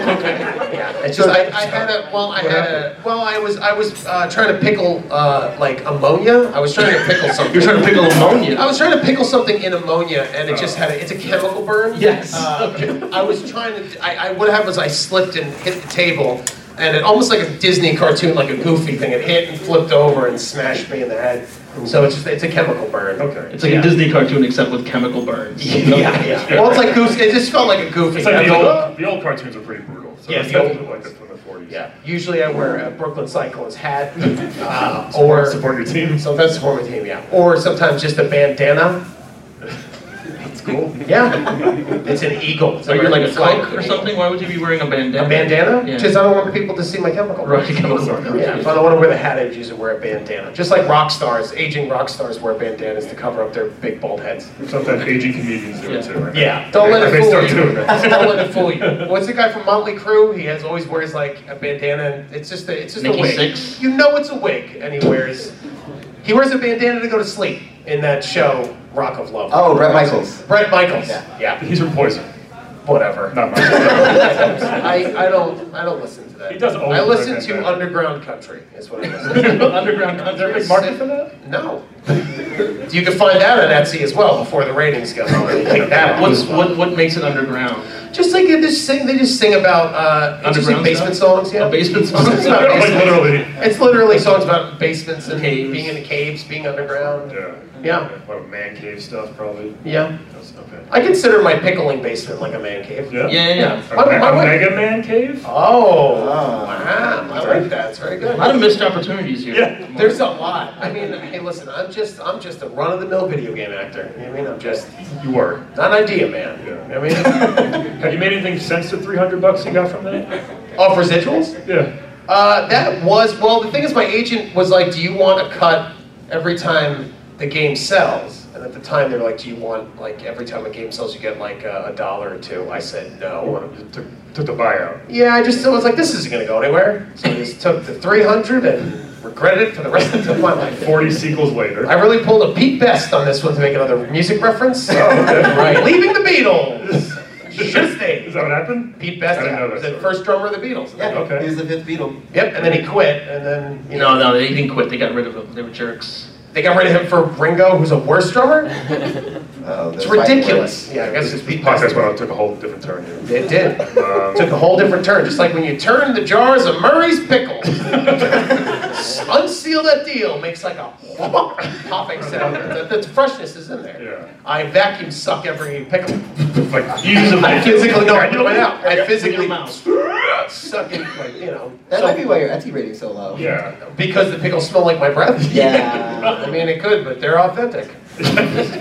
S4: Yeah, it's just I, I had a well I had a well I was I was uh, trying to pickle uh, like ammonia. I was trying to pickle something.
S5: You're trying to pickle ammonia.
S4: (laughs) I was trying to pickle something in ammonia, and it just had a, it's a chemical burn.
S5: Yes.
S4: Uh, I was trying to. I, I what happened was I slipped and hit the table, and it almost like a Disney cartoon, like a Goofy thing. It hit and flipped over and smashed me in the head. So it's just, it's a chemical burn.
S1: Okay.
S5: It's like
S4: Yeah.
S5: a Disney cartoon except with chemical burns.
S4: (laughs) Yeah,
S5: (laughs)
S4: yeah. Well, it's like goofy. It just felt like a Goofy.
S1: It's like
S4: I'm
S1: the
S4: like,
S1: old, the old cartoons are pretty brutal. So
S4: Yeah,
S1: it's
S4: the old
S1: definitely like this from the 40s.
S4: Yeah, usually I wear a Brooklyn
S5: (laughs)
S4: Cyclones hat, uh, or
S1: Support your team.
S4: sometimes support my team, yeah, or sometimes just a bandana. That's cool. Yeah, it's an eagle.
S5: So you're like a cook or something? Why would you be wearing a bandana?
S4: A bandana?
S5: Yeah.
S4: Because I don't want people to see my chemical.
S5: Right, chemical burn.
S4: Yeah, if I don't want to wear the hat, I usually wear a bandana. Just like rock stars, aging rock stars wear bandanas to cover up their big bald heads.
S1: Sometimes aging comedians do
S5: Yeah.
S1: it too. Right?
S4: Yeah, don't let
S1: They
S4: it fool
S1: start
S4: you.
S1: doing that.
S4: Don't let it fool you. What's the guy from Motley Crue? He has always wears like a bandana. and It's just a, it's just
S5: Nikki
S4: a wig.
S5: Sixx?
S4: You know it's a wig, and he wears he wears a bandana to go to sleep in that show Rock of Love.
S6: Oh, Brett Michaels.
S4: Brett Michaels.
S6: Yeah.
S4: yeah.
S1: He's from Poison.
S4: whatever.
S1: Not much.
S4: (laughs) I, I don't I don't listen to that.
S1: He does always
S4: I listen
S1: recommend
S4: to
S1: that.
S4: underground country. Is what I listen
S1: (laughs)
S4: to.
S1: Underground country. Is there a big market for that?
S4: No. You can find that on Etsy as well before the ratings go. Like that.
S5: What's what what makes it underground?
S4: Just like they just sing, they just sing about uh, interesting
S5: Underground
S4: basement
S5: stuff?
S4: songs. Yeah,
S5: Oh,
S4: (laughs)
S5: basement songs.
S4: It's about
S1: Like
S4: basements.
S1: literally.
S4: It's literally songs about basements and
S5: Caves.
S4: being in caves, being underground.
S1: Yeah.
S4: Yeah.
S1: A lot of man cave stuff probably.
S4: Yeah,
S1: That's not bad.
S4: I consider my pickling basement like a man cave.
S1: Yeah.
S5: Yeah, yeah. yeah.
S1: A,
S4: My- my
S1: ma- a
S4: wife-
S1: Mega Man cave?
S4: Oh,
S6: Ah.
S4: wow! I like that. It's very
S5: A lot
S4: good.
S5: of missed opportunities here.
S1: Yeah.
S4: There's a lot. I mean, hey, listen, I'm just I'm just a run of the mill video game actor. You know what I mean? I'm just
S1: You were.
S4: not an idea man.
S1: Yeah.
S4: You know what I mean,
S1: Have you made anything since the 300 bucks you got from that?
S4: (laughs) off residuals.
S1: Yeah.
S4: Uh, that was well. The thing is, my agent was like, "Do you want a cut every time the game sells?" And at the time, they were like, "Do you want like every time a game sells, you get like a, a dollar or two? I said no.
S1: Took, took the buyout.
S4: Yeah, I just I was like, "This isn't gonna go anywhere." So I just took the three hundred and regretted it for the rest of my life.
S1: 40 sequels later.
S4: I really pulled a Pete Best on this one to make another music reference. So, right, leaving the Beatles. Just
S1: Is
S4: days.
S1: that what happened?
S4: Pete Best
S1: I didn't know
S4: was
S1: that
S4: the
S1: story.
S4: first drummer of the Beatles.
S6: Yeah,
S1: Okay.
S6: he was the fifth Beatle.
S4: Yep, and then he quit, and then you know.
S5: No, no, they didn't quit. They got rid of them. They were jerks.
S4: They got rid of him for Ringo, who's a worse drummer?
S6: Oh,
S4: It's ridiculous. Yeah, I guess it's Pete Best.
S1: Podcast went on, took a whole different turn here. Um,
S4: It did. Took a whole different turn, just like when you turn the jars of
S1: (laughs)
S4: Murray's pickles. Unseal that deal makes like a popping sound. The, the freshness is in there.
S1: (laughs) Yeah.
S4: I vacuum suck every pickle.
S1: Like, use them.
S4: I physically no, I do it out. I
S1: (laughs)
S5: With
S4: physically
S5: your mouth.
S4: suck it, like, you know.
S6: That
S4: so-
S6: might be why your Etsy rating's so low.
S1: Yeah. (laughs)
S4: because the pickles smell like my breath.
S6: Yeah.
S4: (laughs) I mean, it could, but they're authentic.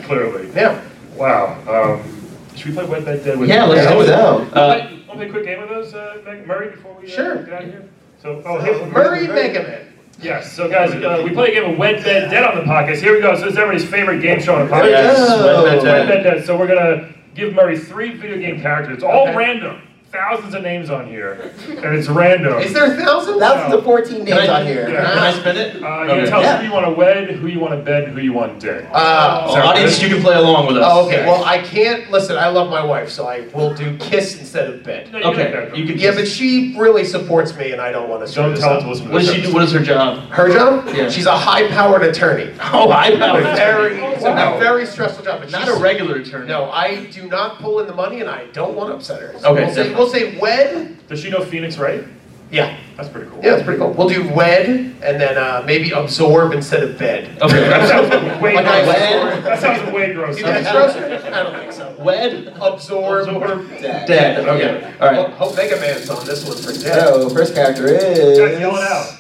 S1: Clearly.
S4: Yeah.
S1: Wow. Um, should we play Wet Dead Dead with
S5: Yeah, let's
S6: I
S5: do
S6: don't
S5: it.
S6: know.
S5: Uh,
S1: Want to play a quick game of those, uh, Meg- Murray, before we uh,
S4: Sure.
S1: get out of here? So, oh, hey,
S4: Murray Megaman.
S1: Yes, so guys, uh, we play a game of Wet Dead Dead on the podcast. Here we go. So this is everybody's favorite game show on the podcast.
S5: yes.
S6: Oh.
S5: Wet, wet,
S1: Wet
S5: wet.
S1: Dead Dead. So we're gonna give Murray three video game characters, all
S4: Okay.
S1: random. Thousands of names on here, and it's random.
S4: Is there thousands?
S6: That's the 14
S5: Can
S6: names
S5: I,
S6: on
S1: Yeah.
S6: here.
S5: Can I spin it?
S1: Uh, you can
S5: Okay.
S1: tell us
S6: Yeah.
S1: who you want to wed, who you want to bed, who you want to dick.
S4: Uh,
S5: Oh, audience, you can play along with us.
S4: oh, okay. Well, I can't. Listen, I love my wife, so I will do kiss instead of bed.
S1: No, you can
S5: Okay.
S1: bed.
S5: You can.
S4: Yeah, but she really supports me, and I don't want to screw
S1: Don't
S4: this
S1: tell it to
S4: up.
S1: listen to
S5: What does
S1: this
S5: she do?
S1: episode.
S5: What is her job?
S4: Her job?
S5: Yeah.
S4: She's a high-powered attorney.
S5: (laughs) Oh, I know.
S4: Very, it's a
S1: wow.
S4: very stressful job. But
S5: Not
S4: she's-
S5: a regular attorney.
S4: Oh, No, I do not pull in the money, and I don't want to upset her.
S5: Okay,
S4: We'll say, we'll say wed.
S1: Does she know Phoenix Wright?
S4: Yeah.
S1: That's pretty cool.
S4: Yeah, that's pretty cool. We'll do wed, and then uh, maybe absorb instead of bed. (laughs)
S1: That
S5: Okay.
S1: sounds way
S4: Like I
S1: gross.
S4: wed.
S1: That sounds way gross.
S4: Do you
S5: (laughs)
S4: think that's gross? I don't think so.
S5: Wed,
S4: Absorb.
S1: Absorb.
S5: (laughs)
S6: Dead.
S5: dead.
S1: Okay.
S5: Okay. All
S4: Hope,
S5: right. Oh.
S4: hope Mega Man's on this one for dead.
S6: So, first character is.
S1: Guys, yell it out.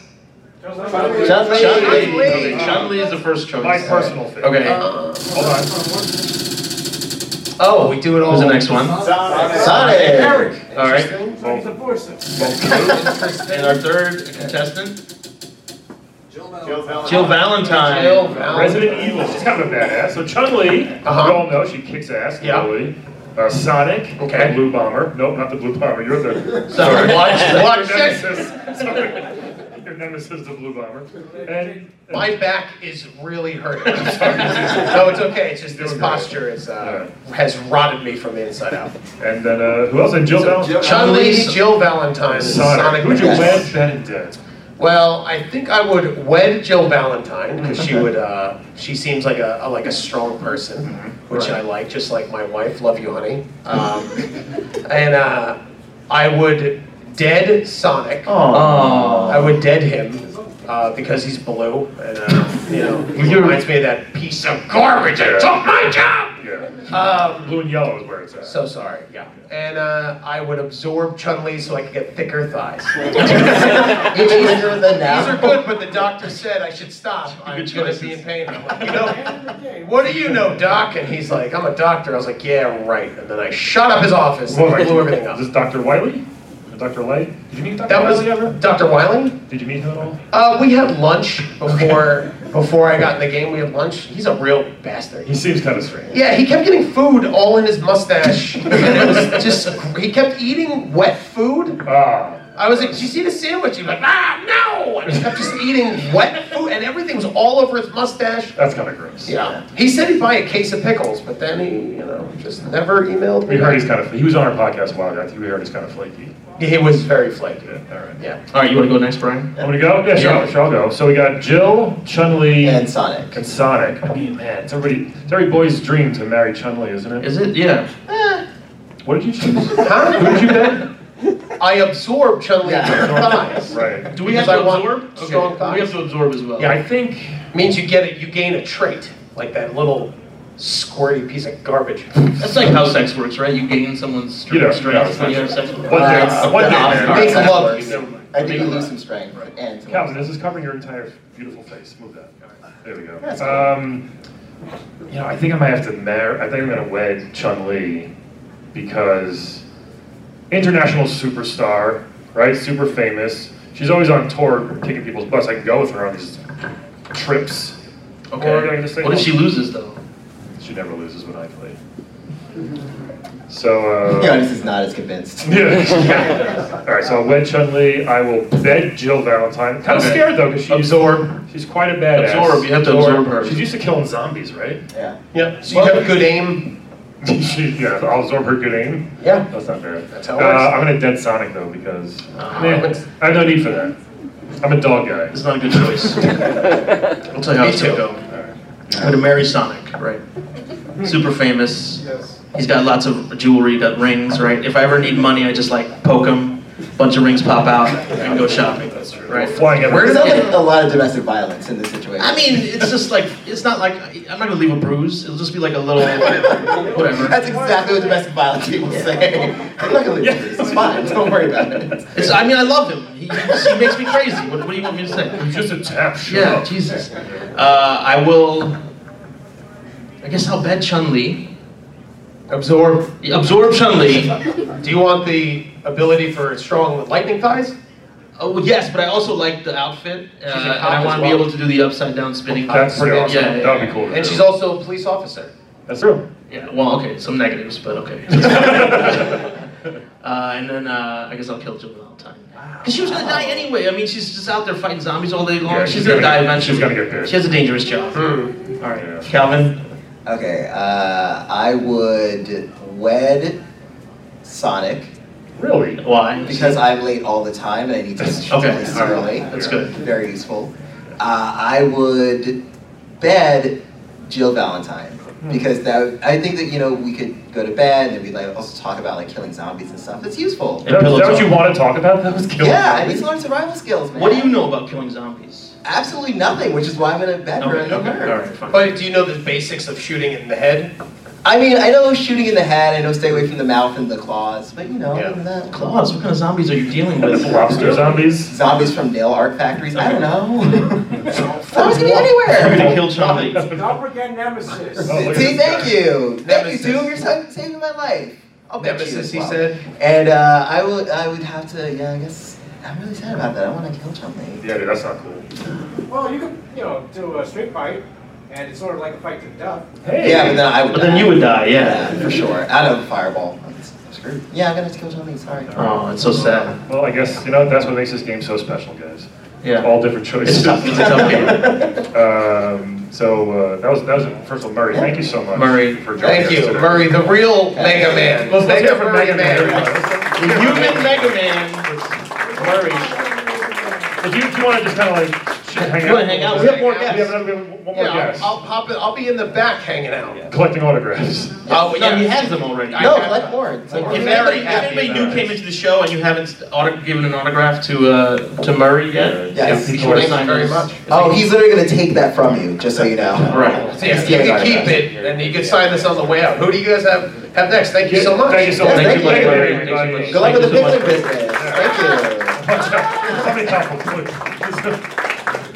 S6: John Lee.
S5: Chun Li.
S4: Chun Li. Uh,
S5: Okay, Chun Li is the first choice.
S1: My personal favorite.
S5: Okay.
S1: Hold on.
S4: Oh, we do it all.
S5: Who's the next one? All
S6: Sonic. Eric.
S5: right.
S4: Interesting.
S5: (laughs) And our third contestant,
S2: Jill
S5: Jill Valentine.
S4: Jill Valentine.
S1: Resident Evil. She's kind of a badass. So Chun Li,
S4: Uh-huh.
S1: we all know she kicks ass.
S4: Yeah.
S1: Totally. Uh, Sonic.
S4: Okay.
S1: The blue bomber. Nope, not the blue bomber. You're the.
S4: (laughs)
S5: Sorry.
S4: Watch,
S1: Your
S4: watch this.
S1: nemesis. Sorry. Your nemesis, the blue bomber. And, and
S4: My back is really hurting. I'm sorry. No, it's okay. It's just this
S1: Doing great.
S4: posture is uh, has rotted me from the inside out.
S1: and then uh, who else? And Jill Valentine.
S4: Chun Li, Jill Valentine,
S1: Sonic.
S4: Sonic.
S1: Who'd you
S4: Youth.
S1: wed, Ben, and Dead?
S4: Well, I think I would wed Jill Valentine because she would. Uh, she seems like a, a- like a strong person,
S1: Mm-hmm.
S4: which I like, just like my wife. Love you, honey. Um, and uh, I would dead Sonic.
S1: Oh,
S5: Aw.
S4: I would dead him uh, because he's blue, and uh, you know he reminds me of that piece of garbage that took my job.
S1: Yeah.
S4: Um,
S1: Blue and yellow is where it's at.
S4: so sorry. Yeah. And uh, I would absorb Chun Li so I could get thicker thighs.
S6: Even easier than
S4: These are
S6: now.
S4: good, but the doctor said I should stop. I'm
S5: Good
S4: gonna be in pain. I'm like, you know, what do you know, doc? And he's like, I'm a doctor. I was like, yeah, right. And then I shut up his office and
S1: Well,
S4: blew everything
S1: Is
S4: up.
S1: this Dr. Wiley? Or Dr. Light? Did you meet Dr.
S4: That was
S1: Wiley ever?
S4: Dr. Wiley.
S1: Did you meet him at all?
S4: Uh, we had lunch before before I got in the game. We had lunch. He's a real bastard.
S1: He seems kind of strange.
S4: Yeah, he kept getting food all in his mustache. and it was just he kept eating wet food.
S1: Ah.
S4: I was like, "Did you see the sandwich?" He was like, "Ah, no!" And he kept just eating wet food. and everything was all over his mustache.
S1: That's kind of gross.
S4: Yeah. He said he'd buy a case of pickles, but then he, you know, just never emailed
S1: We
S4: me.
S1: heard he's kind of. He was on our podcast a while ago. I think we heard he's kind of flaky.
S4: He was very flaky.
S1: Yeah. All right.
S4: Yeah.
S5: All right, you want to go next, Brian?
S1: I'm gonna go. Yeah, sure.
S5: Yeah.
S1: Sure, I'll go. So we got Jill, Chun Li,
S6: And Sonic.
S1: and Sonic. I mean, man, it's everybody. It's every boy's dream to marry Chun Li, isn't it?
S5: Is it? Yeah.
S1: What did you choose? (laughs) Who
S4: Huh?
S1: did you pick?
S4: I absorbed Chun Li's
S6: Yeah.
S4: thighs.
S1: Right.
S5: Do we
S4: Because
S5: have to
S4: I want
S5: absorb?
S4: strong
S5: Okay. We have
S4: thighs.
S5: to absorb as well.
S1: Yeah, I think.
S4: Means you get it. You gain a trait, like that little squirty piece of garbage.
S5: That's like how sex works, right? You gain someone's
S1: You know,
S5: strength strength
S1: no,
S5: when you have sex with
S1: One
S5: them.
S1: day,
S6: That's
S1: one day,
S6: Uh, the
S1: man.
S6: opposite.
S4: Make
S6: Right.
S4: love.
S6: Works.
S4: you know.
S6: I think you lose some strength and some
S1: Calvin, this is covering your entire beautiful face. Move that. There we go.
S6: That's good.
S1: Um, you know, I think I might have to marry. I think I'm gonna wed Chun Li because international superstar, right? Super famous. She's always on tour kicking people's butts. I can go with her on these trips. Or I can just say
S5: Okay. What if
S1: no.
S5: she loses though?
S1: She never loses when I play. So. Uh,
S6: Jonas is not as
S1: (laughs)
S6: convinced.
S1: yeah. All right, so I'll wed Chun Li. I will bed Jill Valentine. Kind of
S5: Okay. Oh,
S1: scared though, because she's
S5: Absorb.
S1: She's quite a badass.
S5: Absorb, you have to absorb her.
S1: She's used to killing zombies, right?
S6: Yeah.
S4: Yeah. So you have a good aim.
S1: (laughs) She- yeah, I'll absorb her good aim.
S4: Yeah.
S1: That's not fair.
S4: That's how it
S1: uh,
S4: works.
S1: I'm gonna dead Sonic though because
S4: Ah,
S1: man,
S4: what's-
S1: I have no need for that. I'm a dog guy.
S5: It's not a good (laughs) choice. I'll tell you how
S4: Me
S5: it's gonna
S4: too.
S5: go. I'm gonna marry Sonic, right? Super famous.
S2: Yes.
S5: He's got lots of jewelry, got rings, right? If I ever need money, I just like poke him. Bunch of rings pop out and go shopping. That's true. Right.
S1: Flying everywhere.
S5: Where
S6: There's
S5: does
S6: not like a lot of domestic violence in this situation.
S5: I mean, it's just like it's not like I'm not gonna leave a bruise. It'll just be like a little whatever.
S6: that's exactly what domestic violence people say. I'm not gonna leave you this. It's fine. Don't worry about it.
S5: It's, I mean, I love him. He, he makes me crazy. What, what do you want me to say?
S1: It's just a tap. Shut
S5: Yeah,
S1: up.
S5: Jesus. Uh, I will. I guess I'll bet Chun Li.
S4: Absorb.
S5: Absorb Chun Li.
S4: Do you want the ability for strong lightning thighs?
S5: Oh well, yes, but I also like the outfit, uh,
S4: She's a
S5: and
S4: cop
S5: I
S4: as
S5: want to
S4: well.
S5: be able to do the upside down spinning.
S1: That's pretty awesome.
S5: Yeah, yeah,
S1: That'd be
S5: yeah.
S1: cool. to
S4: And
S1: do.
S4: she's also a police officer.
S1: That's true.
S5: Yeah, well, okay, some negatives,
S1: (laughs)
S5: but okay. uh, and then uh, I guess I'll kill Jill Valentine. Because she was gonna die anyway. I mean, she's just out there fighting zombies all day long.
S1: Yeah,
S5: she's,
S1: she's
S5: gonna,
S1: gonna
S5: die
S1: get-
S5: eventually.
S1: she's gonna get buried.
S5: She has a dangerous job.
S4: Hmm.
S5: All right,
S1: Yeah.
S5: Calvin.
S6: Okay, uh, I would wed Sonic
S1: Really?
S5: Why?
S6: because I'm late all the time and I need to
S5: Okay,
S6: release
S5: all right,
S6: early.
S5: that's good.
S6: Very useful. Uh, I would bed Jill Valentine
S5: Hmm.
S6: because that would- I think that you know we could go to bed and we'd like also talk about like killing zombies and stuff. It's useful.
S5: And
S1: That,
S5: pillow
S1: that what
S5: talk.
S1: you want to talk about? That was killing.
S6: Yeah, I
S1: me.
S6: need to learn survival skills, man.
S5: What do you know about killing zombies?
S6: Absolutely nothing, which is why I'm gonna bed her and
S5: okay,
S6: learn.
S5: all right, fine.
S4: But do you know the basics of shooting in the head?
S6: I mean, I know shooting in the head. I know stay away from the mouth and the claws, but you know,
S4: Yeah.
S6: other than that,
S5: Claws. What kind of zombies are you
S1: (laughs)
S5: dealing
S1: That's
S5: with?
S1: lobster zombies.
S6: Zombies from nail art factories? I don't know. Zombies can be
S5: You're
S6: anywhere.
S5: gonna kill Chun Li.
S7: Don't forget Nemesis.
S1: Oh, look at
S6: See,
S1: this
S6: thank
S1: guy.
S6: you. Thank you,
S4: Nemesis.
S6: Doom. You're sa- saving my life. I'll bet you
S4: Nemesis,
S6: as
S4: he
S6: well.
S4: said.
S6: And uh, I would, I would have to. Yeah, I guess I'm really sad about that. I want to kill Chun-Li.
S1: Yeah, dude, that's not cool.
S7: Well, you could, you know, do a street fight, and it's sort of like a fight to the death.
S1: Hey.
S6: Yeah, but then I would.
S5: But then
S6: die.
S5: you would die.
S6: Yeah,
S5: Yeah.
S6: for sure. Out of a fireball. I'm s- I'm screwed. Yeah, I'm gonna have to kill Chun-Li. Sorry.
S5: Oh, it's so sad.
S1: Well, I guess you know that's what makes this game so special, guys.
S5: Yeah.
S1: All different
S5: It's
S1: choices.
S5: tough. It's a
S1: (laughs)
S5: tough game.
S1: um, so uh, that was that was it. first of all, Murray. Thank you so much,
S5: Murray,
S1: for joining
S4: Thank
S1: us
S4: you,
S1: today.
S4: Murray, the real Mega Man.
S1: Let's, let's
S4: Mega
S1: hear from
S4: Murray
S1: Mega Man.
S5: The human Mega Man. Murray.
S1: If you, if you want to just kind of like sh- hang
S5: You
S1: out,
S5: wanna hang out?
S1: we have
S4: Hang
S1: more
S4: out.
S1: guests. We have, another, we have one more
S4: Yeah,
S1: guest.
S4: I'll, I'll pop it. I'll be in the back hanging out.
S1: Collecting autographs.
S4: Oh,
S5: No, he has them already.
S4: I-
S6: No, collect more. It's like-
S5: If
S4: I'm
S5: anybody,
S4: very
S5: if
S4: happy
S5: anybody
S4: about
S5: new came into the show and you haven't auto- given an autograph to uh, to Murray yet,
S6: Yes.
S5: be sure to
S4: Thank you
S5: sign
S4: very
S5: his-
S4: much.
S6: Oh, he's literally gonna take that from you, just so you know.
S5: All (laughs) right.
S4: So yeah,
S6: He's
S4: you
S6: stealing
S4: can
S6: autographs.
S4: keep it, and you can sign this on the way out. Who do you guys have have next? Thank you so much.
S1: Thank you so much.
S6: Yeah, thank you,
S1: Thank you,
S5: Murray.
S1: everybody.
S5: Thank you so
S6: Good luck with the
S5: much.
S6: picture business. Thank you.
S1: (laughs) Somebody talk for quick.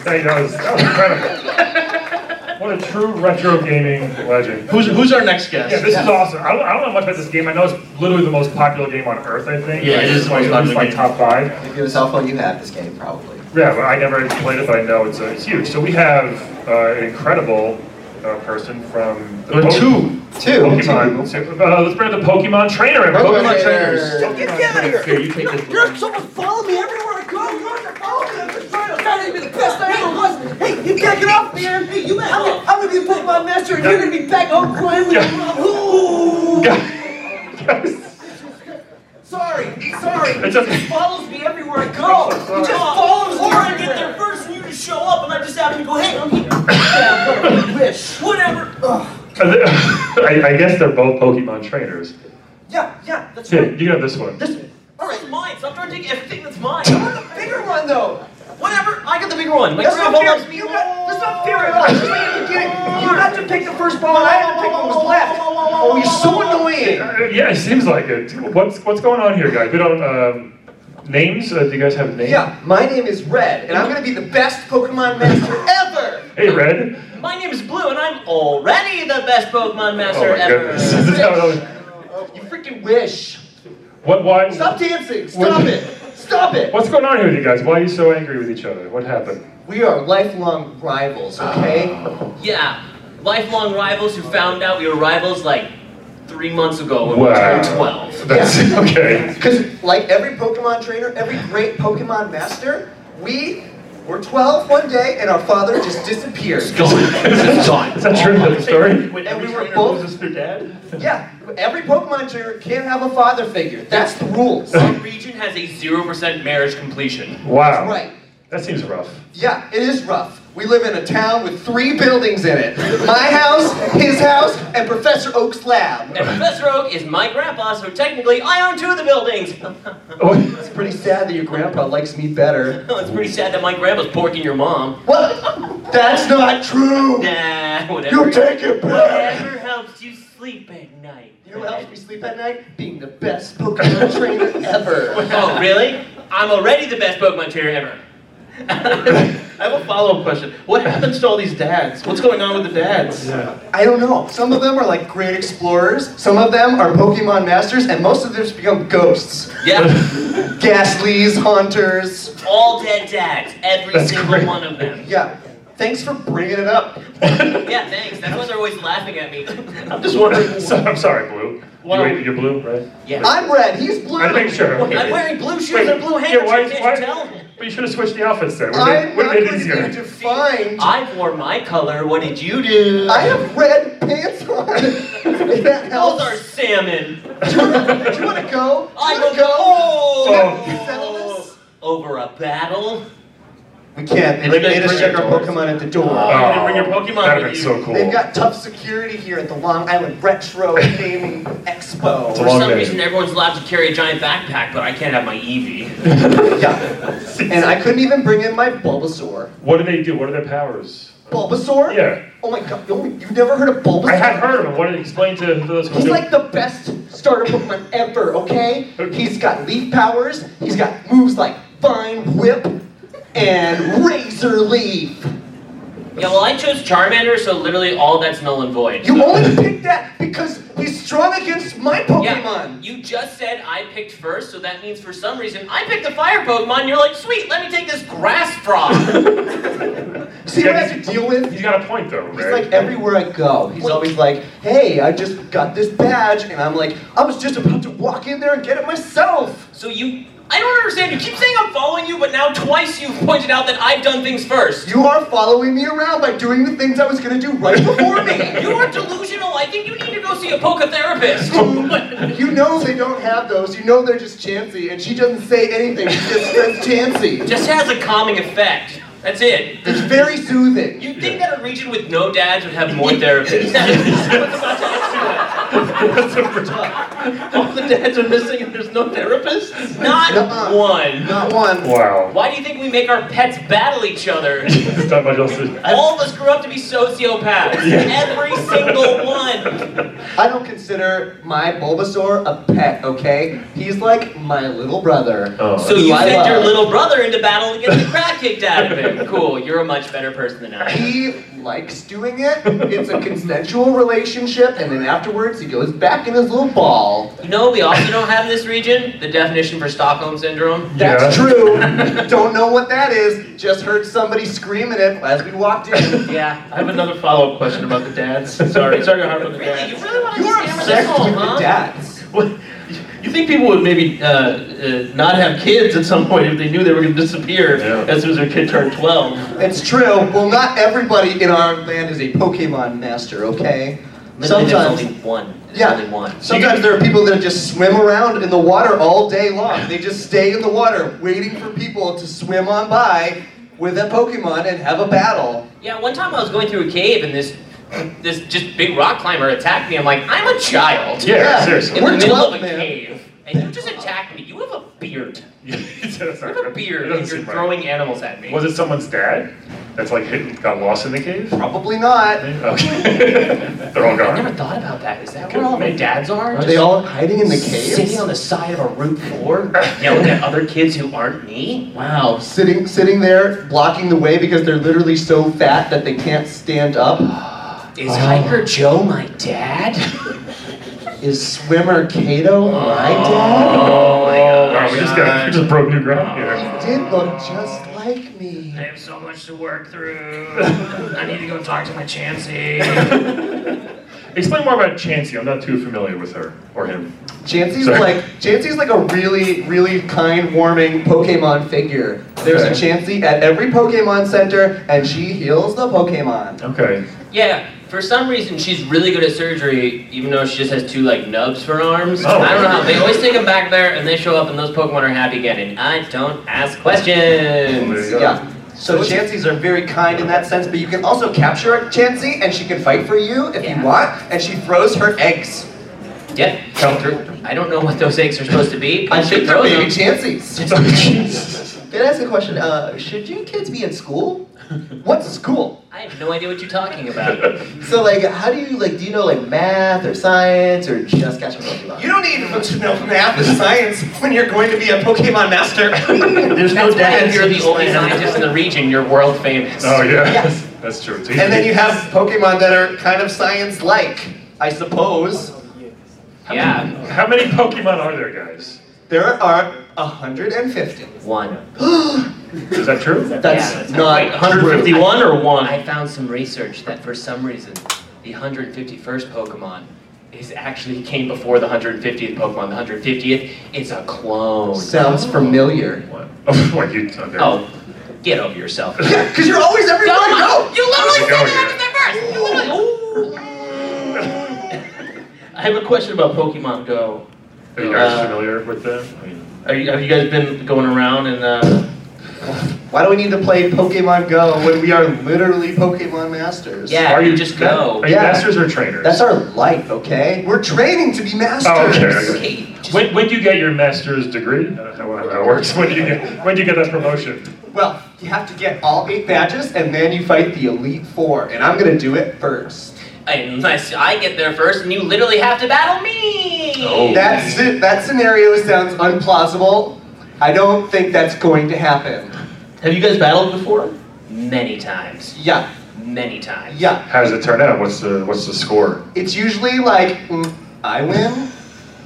S1: Hey, that was, that was incredible. What a true retro gaming legend.
S5: Who's who's our next guest?
S1: Yeah, this is awesome. I don't, I don't know much about this game. I know it's literally the most popular game on earth, I think.
S5: Yeah, it
S1: Like,
S5: is the most
S1: at least
S5: popular
S1: my
S5: game.
S1: top five.
S6: If you have a cell phone, you have this game probably.
S1: Yeah, well, I never played it, but I know it's, uh, it's huge. So we have uh, an incredible uh, person from the
S5: There are Uh, two.
S6: Two.
S1: Pokemon. Uh, let's bring up the Pokemon trainer in.
S6: Pokemon
S1: Pokemon
S6: trainers.
S1: trainers.
S5: Here, you take this.
S8: someone follow me everywhere I go. You have to follow me. I'm just trying to
S6: trying to be the best I ever was. Hey, you can't get off, man. Hey, you, I'm, gonna- I'm gonna be a Pokemon master, and you're gonna be back home crying with your mom. Ooh. Sorry, sorry. It
S1: It's
S6: just
S1: okay.
S6: follows me everywhere I go. It just follows me. Or I get there first, and you just show up, and I just happen to go, hey, I'm here. yeah, whatever you wish. Whatever. Ugh.
S1: (laughs) I, I guess they're both Pokemon trainers.
S6: Yeah, yeah, that's
S1: Here,
S6: right.
S1: you got this one.
S6: All right, it's mine. Stop trying to take everything that's mine. I want the bigger one though. Whatever. I got the bigger one. My that's grandpa loves me. You got, that's not fair
S9: Oh.
S6: at all. That's not fair. You got to pick the first ball, and I had to pick what was left. Oh, you're so annoying.
S1: Uh, yeah, it seems like it. What's what's going on here, guys? We don't um, names. Uh, do you guys have names?
S6: Yeah, my name is Red, and I'm gonna be the best Pokemon master ever.
S1: Hey, Red.
S6: My name is Blue, and I'm already the best Pokemon master
S1: oh my
S6: ever.
S1: goodness. This is (laughs) how it always-
S6: You freaking wish.
S1: what? Why?
S6: Stop dancing. Stop it. Stop it.
S1: What's going on here with you guys? Why are you so angry with each other? What happened?
S6: We are lifelong rivals, okay?
S5: Ah.
S9: Yeah, lifelong rivals who found out we were rivals like three months ago when we
S1: Wow.
S9: turned 12.
S1: That's (laughs) okay.
S6: Because, like every Pokemon trainer, every great Pokemon master, we were 12 one day and our father just disappeared.
S1: Is that true? Is that the story?
S5: Wait,
S6: And we were
S5: trainer
S6: both-
S5: loses their dad? (laughs)
S6: Yeah, every Pokemon trainer can't have a father figure. That's the (laughs) rules.
S9: Our region has a 0% marriage completion.
S1: Wow.
S6: Right.
S1: That seems rough. (laughs)
S6: Yeah, it is rough. We live in a town with three buildings in it my house, his house, and Professor Oak's lab.
S9: And Professor Oak is my grandpa, so technically I own two of the buildings. (laughs)
S1: Oh,
S6: It's pretty sad that your grandpa likes me better.
S9: it's pretty sad that my grandpa's porking your mom.
S6: What? That's not true!
S9: Nah, whatever.
S6: You take it back!
S9: Whatever helps you sleep at night.
S6: You know what helps me sleep at night? Being the best Pokemon trainer (laughs) ever.
S9: Oh, really? I'm already the best Pokemon trainer ever.
S5: I have a follow-up question. What happens to all these dads? What's going on with the dads?
S6: I don't know. Some of them are like great explorers, some of them are Pokemon masters, and most of them just become ghosts.
S9: Yeah,
S6: (laughs) Ghastlies, haunters.
S9: all dead dads, every
S1: That's
S9: single
S1: great.
S9: one of them.
S6: Yeah. Thanks for bringing it up.
S9: Yeah, thanks. That's why they're always laughing at me.
S5: I'm just wondering.
S1: so, I'm sorry, Blue. You,
S9: Wow.
S1: wait, you're blue, right?
S9: Yeah.
S6: I'm red, he's blue.
S1: I make sure. okay.
S9: I'm wearing blue shoes
S1: Wait,
S9: and blue
S1: yeah, why,
S9: handkerchief,
S1: why,
S9: can't you tell?
S1: But you should have switched the outfits there. Would've
S6: I'm
S1: been-
S6: not
S1: would've
S6: going
S1: been
S6: to
S1: easier.
S6: be defined.
S9: I wore my color, what did you do?
S6: I have red pants on. (laughs) If that
S9: Those
S6: helps.
S9: are salmon.
S6: Do you wanna- do you want to go? Do
S9: I
S6: you want
S9: will
S6: to go?
S9: go
S6: Can we settle this?
S9: Oh. over a battle.
S6: We can't. They
S1: Like that
S6: made us check our
S1: Bridgerton.
S6: Pokemon at the door.
S9: I'm gonna bring your Pokemon
S1: That'd have
S9: with
S1: been
S9: you.
S1: so Oh, cool.
S6: They've got tough security here at the Long Island Retro Gaming Expo.
S1: It's a
S9: For
S1: long
S9: some
S1: day.
S9: reason, everyone's allowed to carry a giant backpack, but I can't have my Eevee.
S6: Yeah. And I couldn't even bring in my Bulbasaur.
S1: What do they do? What are their powers?
S6: Bulbasaur?
S1: Yeah.
S6: Oh my god, you- you've never heard of Bulbasaur?
S1: I had heard of them. What did explain to to those who
S6: He's
S1: knew?
S6: like the best starter Pokemon ever, okay? He's got leaf powers, he's got moves like Vine Whip and Razor Leaf.
S1: Oh,
S9: Yeah, well, I chose Charmander, so literally all that's null and void.
S6: You only picked that because he's strong against my
S9: yeah,
S6: Pokemon.
S9: you just said I picked first, so that means for some reason I picked the fire Pokemon. You're like, sweet, let me take this grass frog.
S6: (laughs) See what I have to deal with?
S1: He's got a point though,
S6: He's
S1: right?
S6: like everywhere I go, he's always like, "Hey, I just got this badge," and I'm like, "I was just about to walk in there and get it myself."
S9: So you, I don't understand. You keep saying I'm following you, but now twice you've pointed out that I've done things first.
S6: You are following me around by doing the things I was gonna do right before me.
S9: You are delusional. I think you need to go see a poker
S6: (laughs)
S9: therapist.
S6: Oh You know they don't have those. You know they're just Chansey, and she doesn't say anything. She just says Chansey.
S9: Just has a calming effect. That's it.
S6: It's very soothing.
S9: You'd think that a region with no dads would have
S5: (laughs)
S9: more therapists. (laughs)
S5: All the dads are missing and there's no therapists?
S9: Not
S6: Nuh-uh.
S9: one.
S6: Not one.
S1: wow. (laughs)
S9: Why do you think we make our pets battle
S5: (laughs)
S9: each other?
S1: There's not much else (laughs) to-
S9: All of us grew up to be sociopaths. Every
S5: (laughs)
S9: single one.
S6: I don't consider my Bulbasaur a pet. Okay, he's like my little brother.
S1: Oh.
S9: So you
S6: Who I
S9: sent your
S6: love.
S9: little brother into battle to get the crap kicked out
S5: (laughs)
S9: of him. Cool. You're a much better person than I.
S6: He likes doing it. It's a consensual relationship, and then afterwards he goes back in his little ball.
S9: You know, what we also don't have in this region the definition for Stockholm syndrome.
S6: That's
S1: Yeah.
S6: true. Don't know what that is. Just heard somebody screaming it as we walked in.
S9: (laughs) Yeah.
S5: I have another follow-up question about the dads. Sorry, sorry to harp on the
S9: Really? You
S5: dads.
S9: really want to
S6: You're
S9: hammer this
S6: obsessed
S9: home,
S6: with the
S9: huh?
S6: dads.
S5: What- You think people would maybe uh, uh, not have kids at some point if they knew they were going to disappear
S1: Yeah.
S5: as soon as their kid turned 12?
S6: It's true. Well, not everybody in our land is a Pokemon master, okay?
S9: Literally, there's
S6: Sometimes-
S9: only one. There's
S6: Yeah.
S9: only one.
S6: Sometimes there are people that just swim around in the water all day long. They just stay in the water, waiting for people to swim on by with a Pokemon and have a battle.
S9: Yeah, one time I was going through a cave and this this just big rock climber attacked me. I'm like, I'm a child
S1: Yeah,
S6: Yeah.
S1: seriously.
S9: in the
S6: we're
S9: middle
S6: 12,
S9: of a
S6: man.
S9: cave, and you just attacked me. You have a beard.
S1: That's
S9: You
S1: not
S9: have a
S1: good. It
S9: beard,
S1: doesn't
S9: and you're
S1: seem right.
S9: throwing animals at me.
S1: Was it someone's dad that's like hit, got lost in the cave?
S6: Probably not.
S1: Okay. (laughs) They're all
S9: I never
S1: gone.
S9: thought about that. Is that
S1: Could
S9: where all my
S1: be.
S9: dads are?
S6: Are they all hiding in the
S9: Just Sitting on
S6: caves?
S9: the side of a Route 4, yelling at other kids who aren't me? Wow.
S6: Sitting, sitting there, blocking the way because they're literally so fat that they can't stand up. Oh.
S9: Is Hiker Joe my dad?
S6: Is swimmer Kato my dad?
S9: Oh my
S1: Wow,
S9: gosh.
S1: we just got we just broke new ground here.
S6: He did look just like me.
S9: I have so much to work through.
S7: (laughs)
S9: I need to go talk to my Chansey.
S1: Explain more about Chansey. I'm not too familiar with her or him.
S6: Chansey's
S1: Sorry.
S6: like Chansey's like a really, really kind, warming Pokemon figure. There's a
S1: Okay.
S6: Chansey at every Pokemon center, and she heals the Pokemon.
S1: Okay.
S9: Yeah, for some reason she's really good at surgery, even though she just has two like nubs for arms.
S1: Oh.
S9: I don't know how. They always take them back there, and they show up, and those Pokemon are happy again. And I don't ask questions.
S1: There you go.
S6: Yeah. So Chanseys are very kind in that sense, but you can also capture a Chansey, and she can fight for you if
S9: Yeah.
S6: you want. And she throws her eggs.
S9: Yep. I don't know what those eggs are supposed
S6: (laughs)
S9: to be.
S6: I
S9: but she
S6: think they're
S9: throws
S6: baby
S9: them.
S6: Chanseys. Can I ask a question? Uh, should you kids be in school? What's school?
S9: I have no idea what you're talking about.
S6: So like, how do you like? Do you know like math or science or just catching Pokemon?
S4: You don't need to know math and science when you're going to be a Pokemon master. There's
S9: That's why if you're the only scientist in the region, you're world famous.
S1: Oh yeah.
S6: Yes.
S1: That's true. So
S6: (laughs) And then you have Pokemon that are kind of science-like, I suppose.
S9: Yeah.
S1: How many Pokemon are there, guys?
S6: There are 150.
S9: One.
S1: Is that true? (laughs)
S6: That's
S9: that's
S6: not
S9: right.
S6: 150.
S5: or
S9: I found some research that for some reason, the 151st Pokemon is actually came before the 150th Pokemon. The 150th is a clone.
S6: Sounds (laughs) familiar.
S1: What? Oh, what you? Okay.
S9: oh, get over
S1: (laughs)
S9: yourself. Don't
S6: Yeah, because you're always everywhere you go.
S9: You literally
S1: Go
S9: said that
S1: here.
S9: I was there first. You
S5: (laughs)
S9: literally-
S5: I have a question about Pokemon Go.
S1: Are you guys
S5: Uh,
S1: familiar with them? I mean,
S5: Are you, have you guys been going around and uh,
S6: Why do we need to play Pokemon Go when we are literally Pokemon masters?
S9: Yeah,
S1: are
S9: you
S1: you
S9: just go.
S1: Are you
S6: Yeah.
S1: masters or trainers?
S6: That's our life, okay? We're training to be masters.
S1: Oh, okay. I got it.
S9: Hey, just-
S1: When, when do you get your master's degree? I don't know how that works. When do you get when do you get that promotion?
S6: Well, you have to get all eight badges, and then you fight the Elite Four, and I'm gonna do it first.
S9: Unless I get there first and you literally have to battle me.
S1: Oh.
S6: That's it. That scenario sounds unplausible. I don't think that's going to happen.
S5: have you guys battled before?
S9: Many times.
S6: Yeah,
S9: Many times.
S6: yeah.
S1: How does it turn out? What's the what's the score?
S6: It's usually like mm, I win.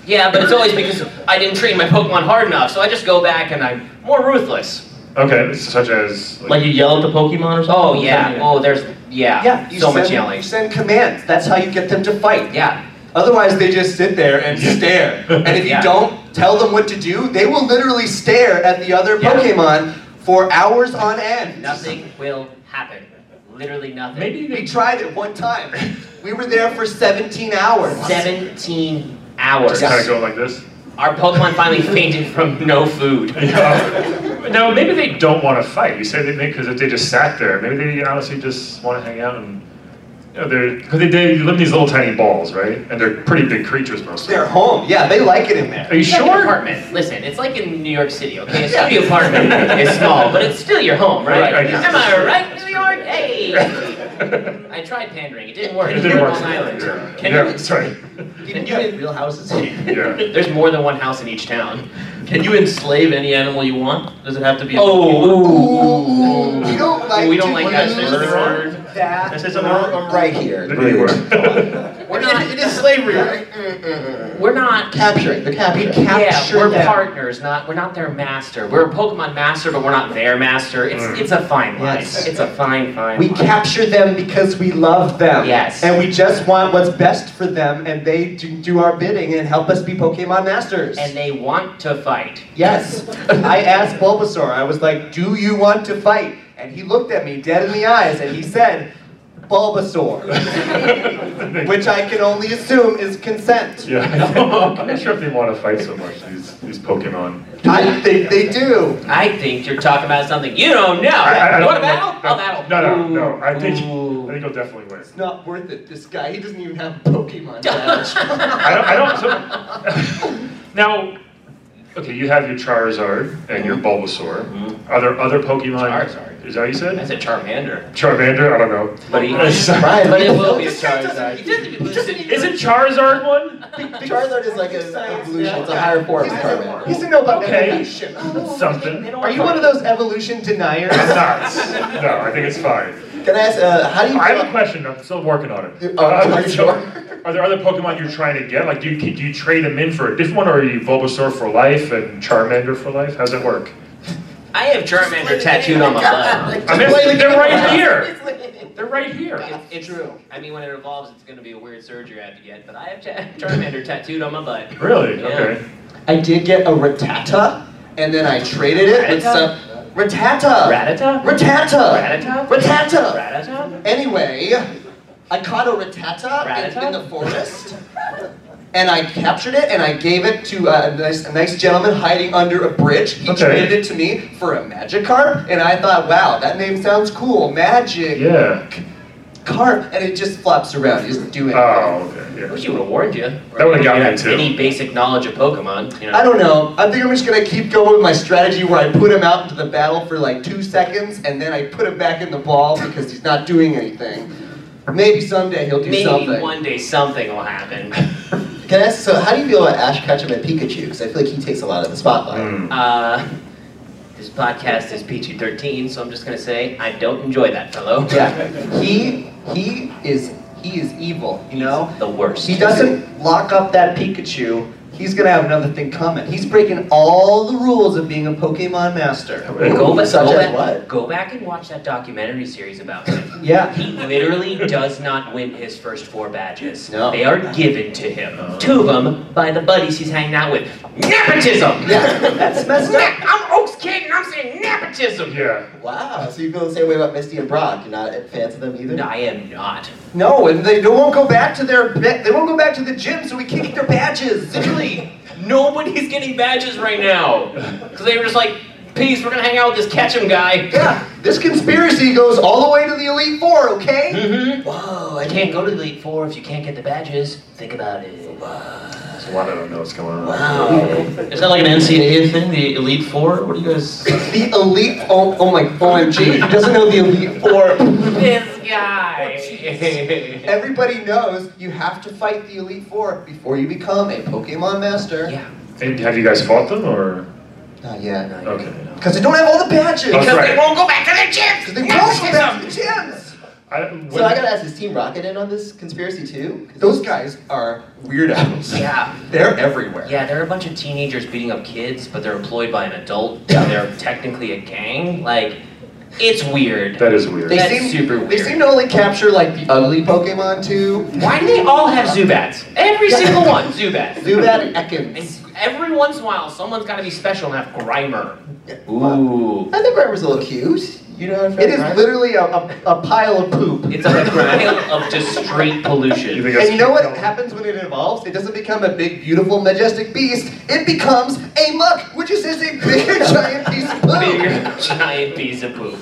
S9: Yeah, but it's always because I didn't train my Pokemon hard enough, so I just go back and I'm more ruthless.
S1: Okay, such as like,
S5: Like you yell at the Pokemon or something?
S9: Oh yeah. Oh, there's yeah.
S6: Yeah, you
S9: so
S6: send,
S9: much yelling.
S6: You send commands. That's how you get them to fight.
S9: Yeah.
S6: Otherwise, they just sit there and
S9: (laughs)
S6: stare. And if you
S9: Yeah.
S6: don't tell them what to do, they will literally stare at the other
S9: Yeah.
S6: Pokemon for hours on end.
S9: Nothing will happen. Literally nothing.
S1: maybe you
S6: We
S1: could
S6: tried it one time. We were there for 17 hours.
S9: 17 hours.
S1: kind of go like this.
S9: Our
S1: (laughs)
S9: Pokemon finally fainted from no food.
S1: no, maybe they don't want to fight. You say they because if they just sat there, maybe they honestly just want to hang out and you know, they're because they, they live in these little tiny balls, right? And they're pretty big creatures most of
S6: They're
S1: them.
S6: home. Yeah, they like it in there.
S1: Are you
S9: It's like an
S1: sure?
S9: apartment. Listen, it's like in New York City, okay? A studio apartment is small, but it's still your home, right?
S1: Right, right.
S9: Am I right, New York?
S1: (laughs)
S9: Hey! I tried pandering. It didn't work.
S1: It didn't
S9: We're
S1: work.
S9: on Long Island.
S1: Yeah,
S9: Can
S1: yeah
S9: you-
S1: sorry.
S6: You can do it in real houses.
S9: (laughs)
S1: Yeah.
S9: There's more than one house in each town.
S5: Can you enslave any animal you want? Does it have to be? a
S1: Oh.
S6: Ooh, we don't like
S9: we don't
S6: to
S9: like
S6: use
S9: that.
S6: that
S5: Did I say something wrong?
S6: word right here.
S1: There you were.
S9: We're not.
S5: It is slavery, right?
S9: We're not.
S6: Capturing, the
S9: We
S6: capturing.
S9: yeah, we're partners, not we're not their master. We're a Pokemon master, but we're not their master. It's
S1: Mm.
S9: it's a fine line.
S6: Yes.
S9: It's a fine fine.
S10: We
S9: line.
S10: capture them because we love them.
S9: Yes.
S10: And we just want what's best for them, and they do, do our bidding and help us be Pokemon masters.
S9: and they want to fight.
S10: yes. (laughs) I asked Bulbasaur, I was like, Do you want to fight? And he looked at me dead in the eyes and he said, Bulbasaur. (laughs) Which I can only assume is consent.
S1: Yeah, (laughs) I'm not sure if they want to fight so much, these, these Pokemon.
S10: I think they do.
S9: I think you're talking about something you don't know.
S1: I- I
S9: you
S1: don't
S9: want a
S1: know.
S9: battle? I'll battle.
S1: No, no, no, I think, I
S9: Oh, Ooh.
S1: think he'll definitely win.
S10: It's not worth it. This guy, he doesn't even have
S6: (laughs)
S10: Pokemon badge.
S1: I don't, I don't, so, now, okay, you have your Charizard and your Bulbasaur. Are there other Pokemon?
S9: Charizard.
S1: Is that what you
S9: That's
S1: said?
S9: a Charmander.
S1: Charmander, I don't know. (laughs)
S9: But he,
S6: Brian,
S9: but it will be a
S5: It
S9: Charizard.
S5: doesn't- it doesn't-
S1: Isn't Charizard one?
S6: Charizard is like an evolution, it's a higher form of Charmander.
S10: He doesn't know about
S1: Okay.
S10: evolution.
S1: Something.
S10: Are you one of those evolution deniers?
S1: I'm not. No, I think it's fine.
S6: (laughs) Can I ask, uh, how do you?
S1: I have a question. I'm still working on it.
S6: Oh,
S1: Uh,
S6: are you
S1: so,
S6: sure?
S1: Are there other Pokemon you're trying to get? Like, do you do you trade them in for a different one, or are you Bulbasaur for life and Charmander for life? How's that work?
S9: I have Charmander tattooed on my (laughs) butt.
S1: I mean, they're right here. They're right here.
S9: It's, it's true. I mean, when it evolves, it's going to be a weird surgery I have to get. But I have ta- (laughs) Charmander tattooed on my butt.
S1: Really?
S9: Yeah.
S1: Okay.
S10: I did get a Rattata.
S6: And then I traded it with some. Ratata!
S9: Ratata?
S6: Ratata!
S9: Ratata?
S6: Ratata!
S9: Ratata?
S6: Anyway, I caught a Ratata in- in
S9: Ratata?
S6: the forest. And I captured it and I gave it to uh, a nice, a nice gentleman hiding under a bridge. He
S1: Okay.
S6: traded it to me for a Magikarp, and I thought, wow, that name sounds cool. Magic
S1: Yeah.
S6: carp, and it just flops around. You just do it.
S1: Oh. Okay.
S9: I
S1: Yeah.
S9: wish you would have warned you.
S1: That would've gotten
S9: You
S1: me,
S9: have
S1: too.
S9: Any basic knowledge of Pokemon, you know.
S6: I don't know. I think I'm just gonna keep going with my strategy where I put him out into the battle for like two seconds and then I put him back in the ball because he's not doing anything. Or maybe someday he'll do
S9: Maybe
S6: something.
S9: one day something
S1: (laughs)
S9: will happen.
S6: Can I ask, so how do you feel about Ash Ketchum and Pikachu? Because I feel like he takes a lot of the spotlight.
S1: Mm.
S9: Uh, this podcast is PG 13, so I'm just going to say I don't enjoy that fellow.
S6: Yeah, he he is he is evil. You know,
S9: The worst.
S10: He doesn't lock up that Pikachu. He's gonna have another thing coming. He's breaking all the rules of being a Pokemon master.
S6: (laughs)
S9: Go back,
S6: Such as
S9: go, back,
S6: what?
S9: go back and watch that documentary series about him.
S10: Yeah.
S9: He literally does not win his first four badges.
S6: No.
S9: They are given to him. Two of them by the buddies he's hanging out with. Nepotism!
S6: Yeah.
S10: That's messed
S9: Na-
S10: up.
S9: I'm Oaks Kid and I'm saying nepotism!
S1: Yeah.
S6: Wow. So you feel the same way about Misty and Brock? You're not fans of them either.
S9: No, I am not.
S10: No, and they don't- won't go back to their ba- they won't go back to the gym, so we can't get their badges.
S9: Literally, nobody's getting badges right (laughs) now. Because they were just like, peace, we're gonna hang out with this Ketchum guy.
S10: Yeah, this conspiracy goes all the way to the Elite Four, okay?
S9: Mm-hmm. Whoa, I can't go to the Elite Four if you can't get the badges. Think about it.
S1: There's a lot I don't know what's going on.
S5: Is that like an NCAA thing? The Elite Four? What do you guys?
S10: The Elite oh, oh my OMG, he doesn't know the Elite Four.
S9: This guy.
S6: Everybody knows you have to fight the Elite Four before you become a Pokemon Master.
S9: yeah.
S1: And have you guys fought them or?
S6: Not yet.
S1: Okay.
S6: Because they don't have all the badges.
S1: That's
S9: Because they
S1: right.
S9: won't go back to their gyms.
S6: Because they won't go back to the gyms.
S1: I,
S6: So I gotta ask, is Team Rocket in on this conspiracy too? 'Cause
S10: Those guys are weirdos.
S9: Yeah.
S10: They're everywhere.
S9: Yeah, they're a bunch of teenagers beating up kids, but they're employed by an adult. and They're technically a gang. Like, it's weird.
S1: that is weird.
S6: They
S9: That's
S6: seem
S9: super
S6: They
S9: weird.
S6: seem to only capture like the ugly Pokemon too.
S9: Why do they all have Zubats? Every single one, Zubats.
S6: Zubat and
S9: And
S6: Ekans.
S9: every once in a while, someone's got to be special and have Grimer.
S6: Ooh. I think Grimer's a little cute. You know what I'm
S10: It is literally a, a, a pile of poop.
S9: It's a (laughs) pile of just straight pollution.
S1: think
S10: (laughs)
S1: that's
S10: And you know what
S1: cute?
S10: happens when it evolves? It doesn't become a big, beautiful, majestic beast. It becomes a muck, which is just a big, (laughs) giant piece of poop.
S9: bigger giant piece of poop.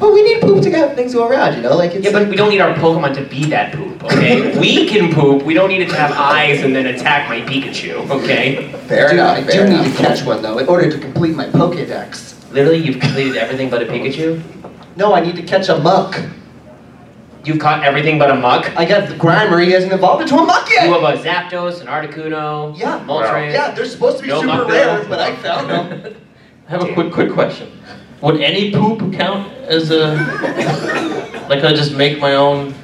S6: But we need poop to have things go around, you know? Like it's
S9: Yeah, but we don't need our Pokemon to be that poop, (laughs) okay? we can poop. We don't need it to have eyes and then attack my Pikachu, okay?
S10: I
S6: fair
S10: do-
S6: enough.
S10: I do
S6: fair
S10: need
S6: enough.
S10: to catch one,
S6: though in order to complete my Pokedex.
S9: Literally, you've completed everything but a Pikachu.
S10: No, I need to catch a muck.
S9: You've caught everything but a Muck.
S10: I got the Grimer, he hasn't evolved into a muck
S9: You
S10: yet!
S9: have a Zapdos, an Articuno,
S10: Yeah.
S9: Moltres.
S10: Yeah, they're supposed to be
S9: No
S10: super
S9: muck
S10: rare,
S9: though.
S10: but I found them.
S5: I have a quick, quick question. Would any poop count as a? Like, I just make my own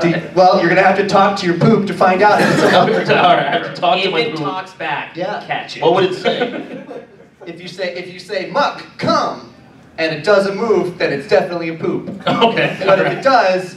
S6: Do you- well, you're gonna have to talk to your poop to find out. If it's a
S9: (laughs) All
S6: lump or
S9: right,
S6: not.
S9: (laughs) I have to talk to
S6: If
S9: my
S6: it
S9: Google.
S6: talks
S9: back,
S6: Yeah.
S9: catch it.
S6: What would it
S9: say?
S6: If you say if you say muck, come, and it doesn't move, then it's definitely a poop.
S5: Okay.
S6: But if it does,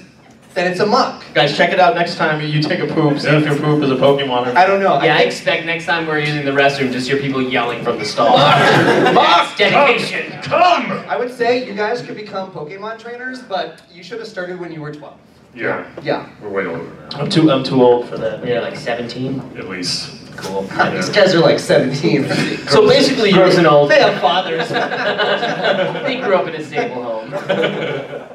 S6: then it's a muck.
S5: Guys, check it out next time you take a poop. See if your poop is a Pokemon. Or...
S6: I don't know.
S9: Yeah, I,
S6: I think-
S9: expect next time we're using the restroom, just hear people yelling from the stall. That's
S1: Oh,
S9: dedication.
S1: Come!
S6: I would say you guys could become Pokemon trainers, but you should have started when you were 12.
S1: Yeah,
S6: Yeah. (laughs)
S1: we're way older now,
S5: I'm too. I'm too old for that.
S9: Yeah, like (laughs) 17.
S1: at least.
S9: Cool.
S6: These guys are like (laughs) 17.
S9: So basically, you
S6: Gross
S9: an old.
S6: they have fathers.
S9: they grew up in a stable home.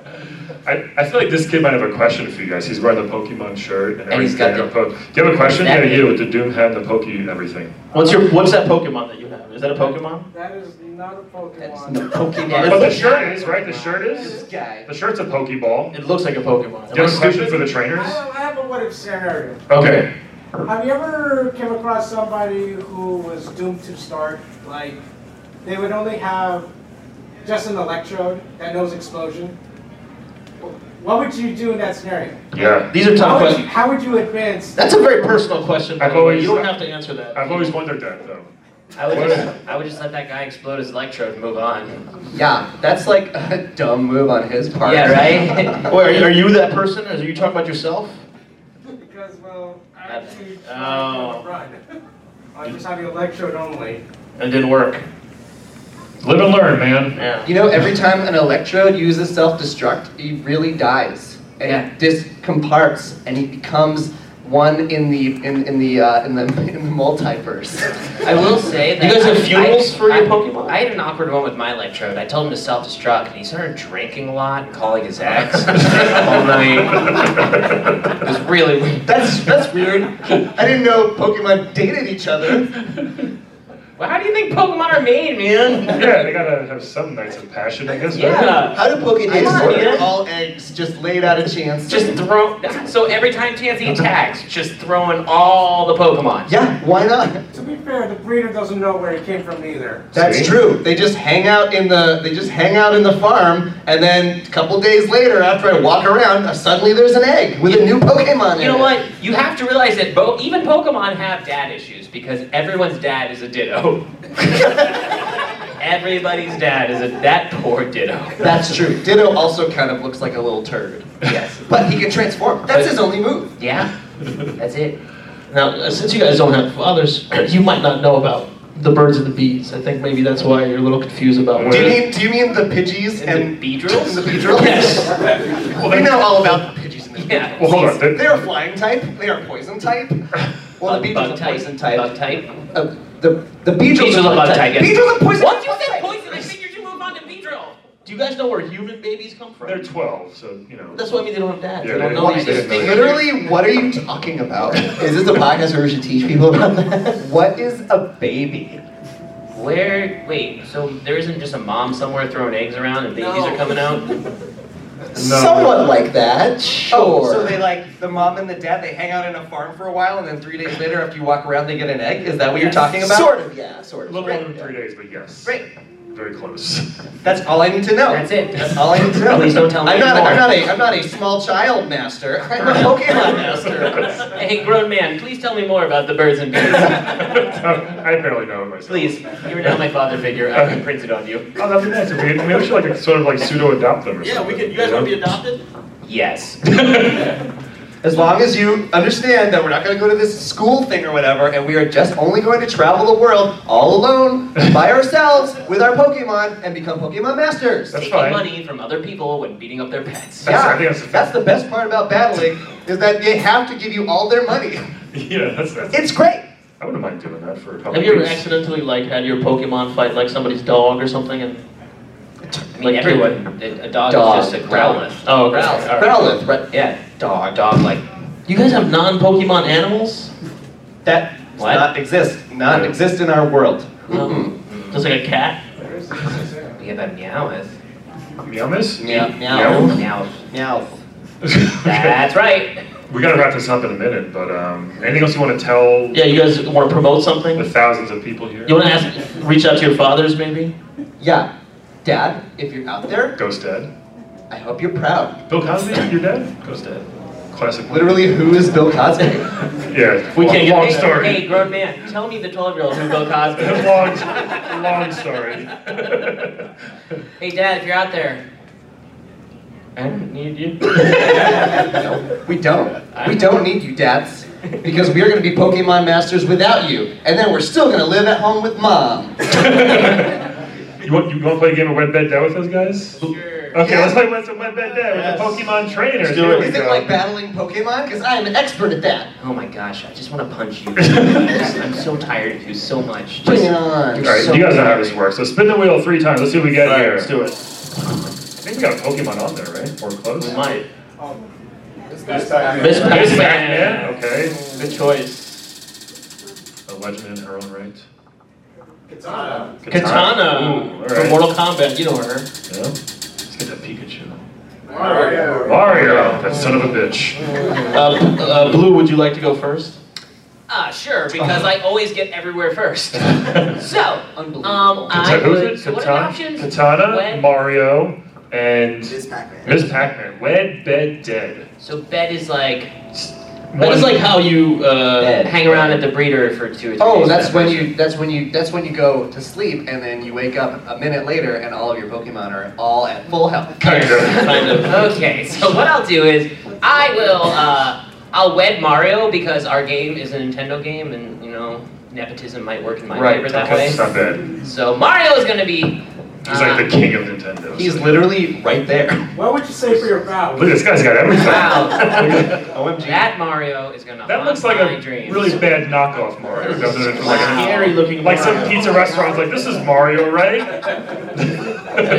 S1: I, I feel like this kid might have a question for you guys. He's wearing the Pokemon shirt and,
S9: And he's got
S1: everything.
S9: the-
S1: Do you have a question?
S9: That-
S1: yeah, you with the Doom hat and the Poke everything.
S5: What's your What's that Pokemon that you have? Is that a Pokemon?
S7: That is not a Pokemon.
S1: But
S6: Pokemon.
S1: the shirt is right. The shirt is.
S6: This guy.
S1: The shirt's a Pokeball.
S5: It looks like a Pokemon.
S1: Do you
S5: Am I
S1: have a question
S5: stupid?
S1: for the
S7: I
S1: trainers?
S7: have, I have a what if scenario.
S1: Okay.
S7: Have you ever come across somebody who was doomed to start like they would only have just an electrode that knows explosion? What would you do in that scenario?
S1: Yeah.
S5: These are tough
S7: How would,
S5: questions.
S7: how would you advance?
S5: That's a very personal question. by
S1: I've
S5: the way.
S1: always-
S5: you don't have to answer that.
S1: I've always wondered that though.
S9: I would just, I would just let that guy explode his electrode and move on.
S6: Yeah, that's like a dumb move on his part.
S9: Yeah,
S6: (laughs)
S5: Wait,
S9: right.
S5: are you, are you that person? Or Are you talking about yourself?
S7: Because well, I
S9: That's-
S7: actually tried
S5: oh.
S7: to run. (laughs) I just have an electrode only.
S5: It didn't work.
S1: Live and learn, man.
S5: Yeah.
S6: You know, every time an electrode uses self-destruct, he really dies and
S9: Yeah.
S6: discomparts, and he becomes one in the in, in the uh, in the (laughs) in the multiverse.
S9: I will say that.
S5: You guys have
S9: I-
S5: funerals
S9: I-
S5: for your
S9: I-
S5: Pokemon?
S9: I had an awkward one with my electrode. I told him to self destruct, and he started drinking a lot and calling his (laughs) ex all night. It was really weird.
S6: That's that's weird. I didn't know Pokemon dated each other.
S9: Well, how do you think Pokemon are made, man?
S1: Yeah, they gotta have some nights of passion, I guess. right?
S9: Yeah.
S6: How do
S9: Come
S6: Pokedays
S9: on,
S6: work? They're
S9: man.
S6: all eggs just laid out a chance.
S9: (laughs) Just throw. So every time Tansy attacks, just throwing all the Pokemon.
S6: yeah, why not?
S7: To be fair, the breeder doesn't know where it came from either.
S6: That's
S1: See?
S6: true. They just hang out in the they just hang out in the farm, and then a couple days later, after I walk around, uh, suddenly there's an egg with a new Pokemon.
S9: You
S6: in
S9: know
S6: it.
S9: what? You have to realize that bo- even Pokemon have dad issues because everyone's dad is a (laughs) ditto. Everybody's dad is a that poor ditto.
S6: That's true. Ditto also kind of looks like a little turd.
S9: Yes.
S6: But he can transform. That's his only move.
S9: Yeah. That's it.
S5: Now, uh, since you guys don't have fathers, (clears throat) you might not know about the birds and the bees. I think maybe that's why you're a little confused about
S1: Do
S5: where.
S6: Do you mean do you mean the Pidgeys
S9: And,
S6: and
S5: (laughs)
S9: the Beedrills?
S6: and the Beedrill? (laughs)
S9: Yes.
S6: we know all about the Pidgeys and the Beedrill.
S9: Yeah.
S1: Well, hold on.
S6: They are flying type. They are poison
S9: (laughs)
S6: type. Well,
S9: Bug,
S6: the
S9: bug
S6: Beedrill's a
S9: type.
S6: poison type.
S9: Bug type.
S6: Uh, the the Beedrill's
S9: Beedrill's a bug type, yes.
S6: Beedrill's a poison.
S9: Once you said poison, I figured you moved on to Beedrill.
S5: Do you guys know where human babies come from?
S1: They're 12, so you know.
S5: that's what I mean. They don't have dads.
S1: Yeah,
S5: they don't
S1: they-
S5: know these
S1: they didn't know
S5: things.
S1: that.
S6: Literally, what are you talking about? (laughs)
S11: Is this a podcast where we should teach people about that?
S6: what is a baby?
S9: Where? Wait. So there isn't just a mom somewhere throwing eggs around and babies
S7: No.
S9: are coming out?
S11: Somewhat like that, sure.
S6: Oh, so they like the mom and the dad. They hang out in a farm for a while, and then three days later, after you walk around, they get an egg. Is that what you're talking about?
S11: Sort of, yeah,
S1: A
S11: sort of.
S1: little more than three days, but yes.
S6: Great.
S1: Very close. (laughs)
S6: That's all I need to know.
S9: That's it.
S6: That's all I need to know.
S9: Please don't tell me
S6: I'm not,
S9: anymore.
S6: I'm not a. I'm not a small child master.
S9: (laughs)
S6: I'm a Pokemon master.
S9: hey, grown man, please tell me more about the birds and bees. (laughs)
S1: I barely know it myself.
S9: please, you're now my father figure. I can print it on you.
S1: Oh, that'd be nice. if we- Maybe we should like sort of like pseudo adopt them or
S5: Yeah,
S1: something.
S5: we could. You guys want to be adopted?
S9: Yes.
S6: As long as you understand that we're not going to go to this school thing or whatever, and we are just only going to travel the world all alone by ourselves with our Pokemon and become Pokemon masters.
S1: That's
S9: Taking
S1: fine.
S9: money from other people when beating up their pets.
S1: That's- I
S6: yeah,
S1: think that's-
S6: that's the best part about battling is that they have to give you all their money. (laughs)
S1: (laughs) Yeah, that's, that's
S6: It's great.
S1: I wouldn't mind doing that for a couple
S5: Have you ever
S1: weeks.
S5: accidentally like had your Pokemon fight like somebody's dog or something? And
S9: I mean,
S5: Like
S9: everyone. A a dog,
S6: Dog.
S9: is just a growlith.
S5: oh, okay.
S9: Growlithe.
S5: All right.
S6: Growlithe, right?
S9: Yeah, dog, dog, like
S5: You guys have non-Pokemon animals?
S6: That does
S9: What?
S6: not exist. Not
S1: Yeah.
S6: exist in our world.
S5: No. Just like a cat.
S7: There (laughs) is this scenario.
S9: we have a meowth.
S1: Meowmas?
S6: Meow.
S1: Meow.
S9: Meow.
S6: Meow.
S1: (laughs) Okay.
S9: That's right.
S1: We gotta wrap this up in a minute, but um, anything else you want to tell
S5: Yeah, you guys want to promote something?
S1: the thousands of people here?
S5: You want to ask, reach out to your fathers maybe?
S6: Yeah. Dad, if you're out there,
S1: Ghost dead.
S6: I hope you're proud.
S1: Bill Cosby, your dad? Ghost dead. classic.
S6: Literally, who is Bill Cosby?
S9: (laughs)
S1: Yeah.
S9: We can't get
S1: long
S9: hey,
S1: story.
S9: Hey, grown man, tell me the 12 year old who Bill Cosby is.
S1: (laughs) long, long story.
S9: (laughs)
S1: (laughs)
S9: Hey, Dad, if you're out there, I don't need you.
S6: No, we don't. We don't need you, dads, because we are going to be Pokemon Masters without you, and then we're still going to live at home with mom.
S1: You want you want to play a game of Wet Bed Dead with those guys?
S9: Sure.
S1: Okay,
S6: Yeah.
S1: let's play Wet Wet Bed Dead
S5: Yes.
S1: with the Pokemon trainer.
S5: Let's do
S1: Here
S5: it.
S1: we
S6: Is it
S1: go.
S6: like battling Pokemon? Because I am an expert at that.
S9: Oh my gosh, I just want to
S5: (laughs)
S9: punch you. I'm so tired of you so much.
S6: Bring it
S9: Just,
S6: on.
S1: All right, you guys know how this works. So spin the wheel three times. Let's see what we get
S5: All right,
S1: here.
S5: let's do it.
S1: I think we got Pokemon on there, right? Or close.
S5: We might.
S9: Miss
S1: Miss
S9: Pac-Man.
S1: Pac-Man. Okay.
S5: Good choice.
S1: A legend in her own right.
S12: Katana.
S5: Katana
S1: Ooh, all
S5: from
S1: right.
S5: Mortal Kombat. You know her.
S1: Yeah. Let's get that Pikachu.
S12: Mario.
S1: Mario, that son of a bitch.
S5: Uh, uh, Blue, would you like to go first?
S9: Ah, sure, because I always get everywhere (laughs) first. So, um, I
S1: Kata- who's
S9: would.
S1: it?
S9: So what are the
S1: Katana,
S9: options?
S1: Katana
S9: Wed-
S1: Mario, and
S13: Ms. Pac-Man.
S1: Ms. Pac-Man. Wed, bed, dead.
S9: So bed is like
S1: One-
S9: bed is like how you uh,
S13: Bed.
S9: hang around at the breeder for two or three.
S6: Oh,
S9: days.
S6: that's when you. That's when you. That's when you go to sleep, and then you wake up a minute later, and all of your Pokemon are all at full health.
S1: Kind of.
S5: Kind of.
S9: Okay, (laughs) so what I'll do is I will uh, I'll wed Mario because our game is a Nintendo game, and you know nepotism might work in my favor that
S1: Okay, it's
S9: way.
S1: not bad.
S9: So Mario is gonna be.
S1: He's like
S9: Ah.
S1: the king of Nintendo.
S6: He's literally right there.
S7: What would you say for your vow?
S1: Look, this guy's got everything. (laughs)
S9: Wow.
S6: OMG.
S9: that Mario is gonna.
S1: That
S9: haunt
S1: looks like
S9: my
S1: a
S9: dreams.
S1: really bad knockoff Mario. doesn't it? Like, a-
S5: Scary looking.
S1: like some pizza restaurant's like, this is Mario, right?
S5: It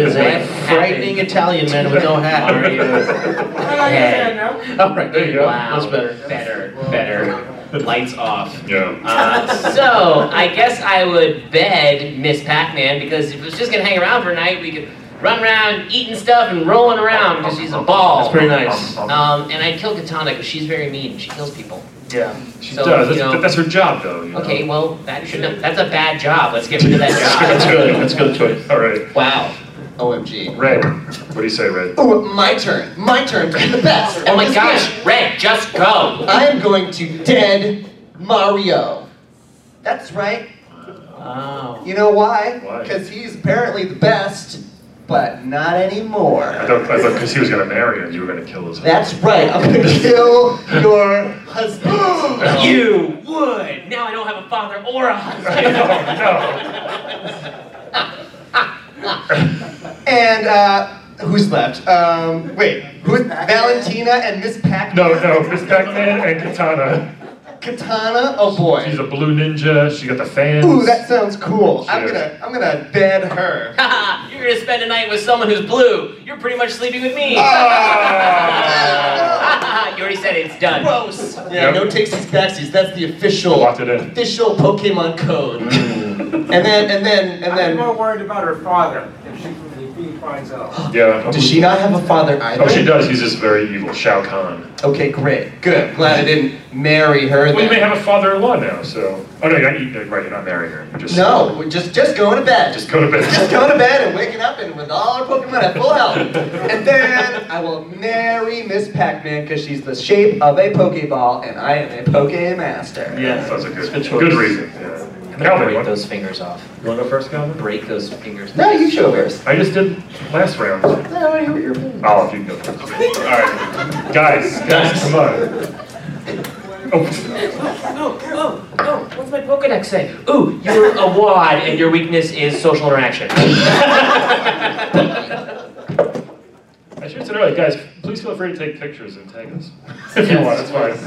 S5: is
S9: What
S5: a
S9: happened?
S5: frightening Italian man with no hat.
S9: Mario.
S7: I'm not gonna say no.
S5: All right, there you go.
S9: Wow.
S5: That's better.
S9: Better. Better. Lights off.
S1: (laughs) yeah.
S9: Uh, so I guess I would bed Miss Pac-Man because if it was just gonna hang around for a night, we could run around eating stuff and rolling around because she's a ball.
S5: That's pretty nice.
S9: Um, and I'd kill Katana because she's very mean. She kills people.
S5: Yeah.
S1: She
S9: so,
S1: does.
S9: you
S1: That's,
S9: know-
S1: that's her job, though. You know?
S9: Okay, well that should that's a bad job. Let's get
S5: (laughs)
S9: rid of
S5: That's
S9: that
S5: good. That's a good choice.
S1: All right.
S9: job. Wow.
S6: OMG.
S1: Red. What do you say, Red?
S6: Oh, my turn. My turn to be the best.
S9: Oh
S6: at
S9: my
S6: this
S9: gosh, Red, just go.
S6: I am going to dead Mario. That's right.
S9: Wow.
S6: You know why?
S1: Why?
S6: Because he's apparently the best, but not anymore.
S1: I thought I thought because he was gonna marry her, you were gonna kill his. (laughs)
S6: That's right. I'm gonna kill your husband. (gasps)
S9: You would. Now I don't have a father or
S5: (laughs)
S9: a husband.
S1: no,
S6: And uh, who's left? Um, wait, who? Valentina and Miss Pac.
S1: no, no, no. Miss Pac-Man and Katana.
S6: Katana. Oh
S1: She's
S6: boy.
S1: a blue ninja. She got the fans.
S6: Ooh, that sounds cool. I'm
S1: She is.
S6: gonna, I'm gonna bed her.
S9: Haha, You're gonna spend a night with someone who's blue. You're pretty much sleeping with me.
S5: Oh,
S1: Ah!
S9: Haha, (laughs) you already said it's done.
S6: Gross. Yeah,
S1: Yep.
S6: no takesies, backsies. That's the official,
S1: Locked it in.
S6: official Pokemon code.
S1: Mm.
S6: and then, and then, and
S7: I'm more
S6: then.
S7: worried about her father if she if he finds out.
S1: Yeah.
S6: Does she not have a father either?
S1: Oh, she does. He's just very evil. Shao Kahn.
S6: Okay, great. Good. Glad I didn't marry her.
S1: Well, you
S6: then.
S1: may have a father-in-law now, so. Oh no, you're not, you're, right, you're not marrying her. You're just
S6: No, we're just just going to bed.
S1: Just go to
S6: Just
S1: bed.
S6: going to bed and waking up and with all our Pokemon at full health. And then I will marry Miss Pac-Man because she's the shape of a Pokeball and I am a Pokemaster.
S5: Yeah.
S1: Sounds like
S5: It's
S1: good.
S5: a good choice.
S1: Good reason. Yeah.
S9: I'm gonna
S1: Calvin, you
S9: break
S1: want
S9: those fingers off.
S1: you wanna go first, Calvin?
S9: Break those fingers.
S6: No, you show first.
S1: I just did last round.
S6: No, I wanna hear what you're doing.
S1: Oh, if you can go first. All right, guys, guys, come on. Oh,
S9: Oh, oh, oh, what's my Pokedex say? Ooh, you're a wad and your weakness is social interaction.
S1: I should have said earlier, guys, please feel free to take pictures and tag us. If you want, it's fine.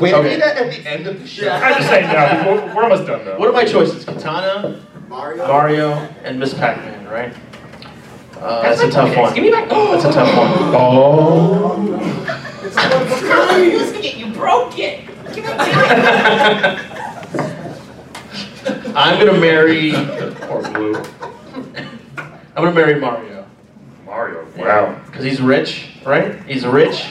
S1: (laughs)
S6: Wait,
S5: Okay.
S6: okay. that at the end of the show.
S1: I'm just saying now, we're, we're almost done though.
S5: (laughs) What are my choices? Katana,
S12: Mario.
S5: Mario, and Miss Pac-Man, right? Uh, that's,
S9: my
S5: a tough
S9: Pokedex.
S5: one.
S9: Give me
S5: (laughs)
S9: back.
S5: That's a tough
S9: (laughs)
S5: one. Oh.
S7: It's a wonderful story.
S9: it, you broke it. Give it back.
S5: I'm gonna marry.
S1: Or blue.
S5: I'm gonna marry Mario.
S1: Mario, wow.
S5: Because he's rich, right? He's rich.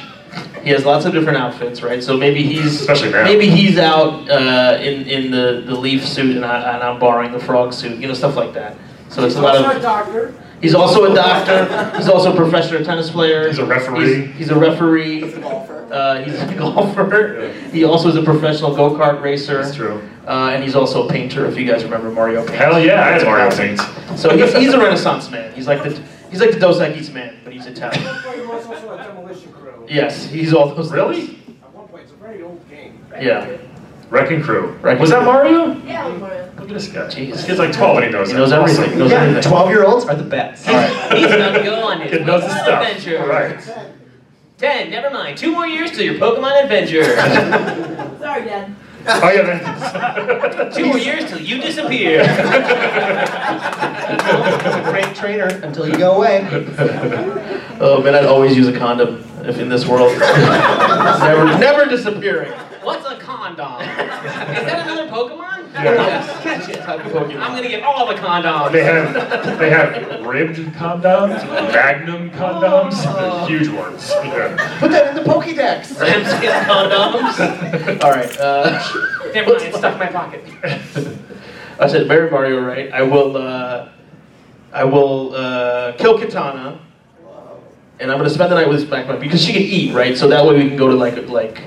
S5: He has lots of different outfits, right? So maybe he's
S1: Especially now.
S5: maybe he's out uh, in in the, the leaf suit, and, I, and I'm borrowing the frog suit, you know, stuff like that. So it's a lot
S7: Also a
S5: of.
S7: doctor.
S5: He's also a doctor. He's also a professional tennis player.
S1: He's a referee.
S5: He's, he's a referee.
S13: Golfer.
S5: Uh, he's a (laughs) golfer. He also is a professional go kart racer. That's
S1: true.
S5: Uh, and he's also a painter. If you guys remember Mario. Paints.
S1: Hell yeah, I had Mario Paints.
S5: So he's, he's a Renaissance man. He's like the he's like the Dos Equis man, but he's Italian.
S7: But he was also a demolition crew.
S5: Yes, he's all those.
S1: Really?
S5: things.
S7: At one point, it's a very old game.
S5: Yeah.
S1: Wrecking Crew.
S5: Wrecking
S1: was that
S5: Crew.
S1: Mario?
S14: Yeah,
S9: (gasps)
S14: Mario.
S1: Look at this guy.
S5: Jeez.
S1: This kid's like 12 and he knows
S5: He knows
S1: that.
S5: everything. He knows
S10: Yeah,
S5: everything.
S10: 12 year olds are the best.
S9: He's not
S1: (laughs)
S9: going.
S1: Kid
S9: It's
S1: knows his
S9: Pokemon
S1: stuff.
S9: Adventure.
S1: All right.
S9: Ten. Never mind. Two more years till your Pokemon (laughs) Adventure.
S14: Sorry, Dad.
S1: Oh yeah.
S5: (laughs)
S1: That's...
S9: Two more years till you disappear.
S10: Great trainer until you go away.
S5: Oh man, I'd always use a condom if in this
S9: (laughs)
S5: world. never, never disappearing.
S9: What's a condom? Is that another Pokemon?
S1: (laughs) Yeah.
S9: Yes. Catch it. I'm gonna get all the condoms.
S1: They have they have ribbed condoms, magnum condoms,
S5: Oh.
S1: the huge ones. Yeah.
S10: Put that in the Pokédex.
S9: Samson's
S1: (laughs)
S5: (laughs)
S9: condoms.
S5: All right. Uh,
S9: Never mind. It's stuck in my pocket.
S5: I said Mary Mario, right? I will. Uh, I will uh, kill Katana, and I'm gonna spend the night with Smack Mike because she can eat, right? So that way we can go to like like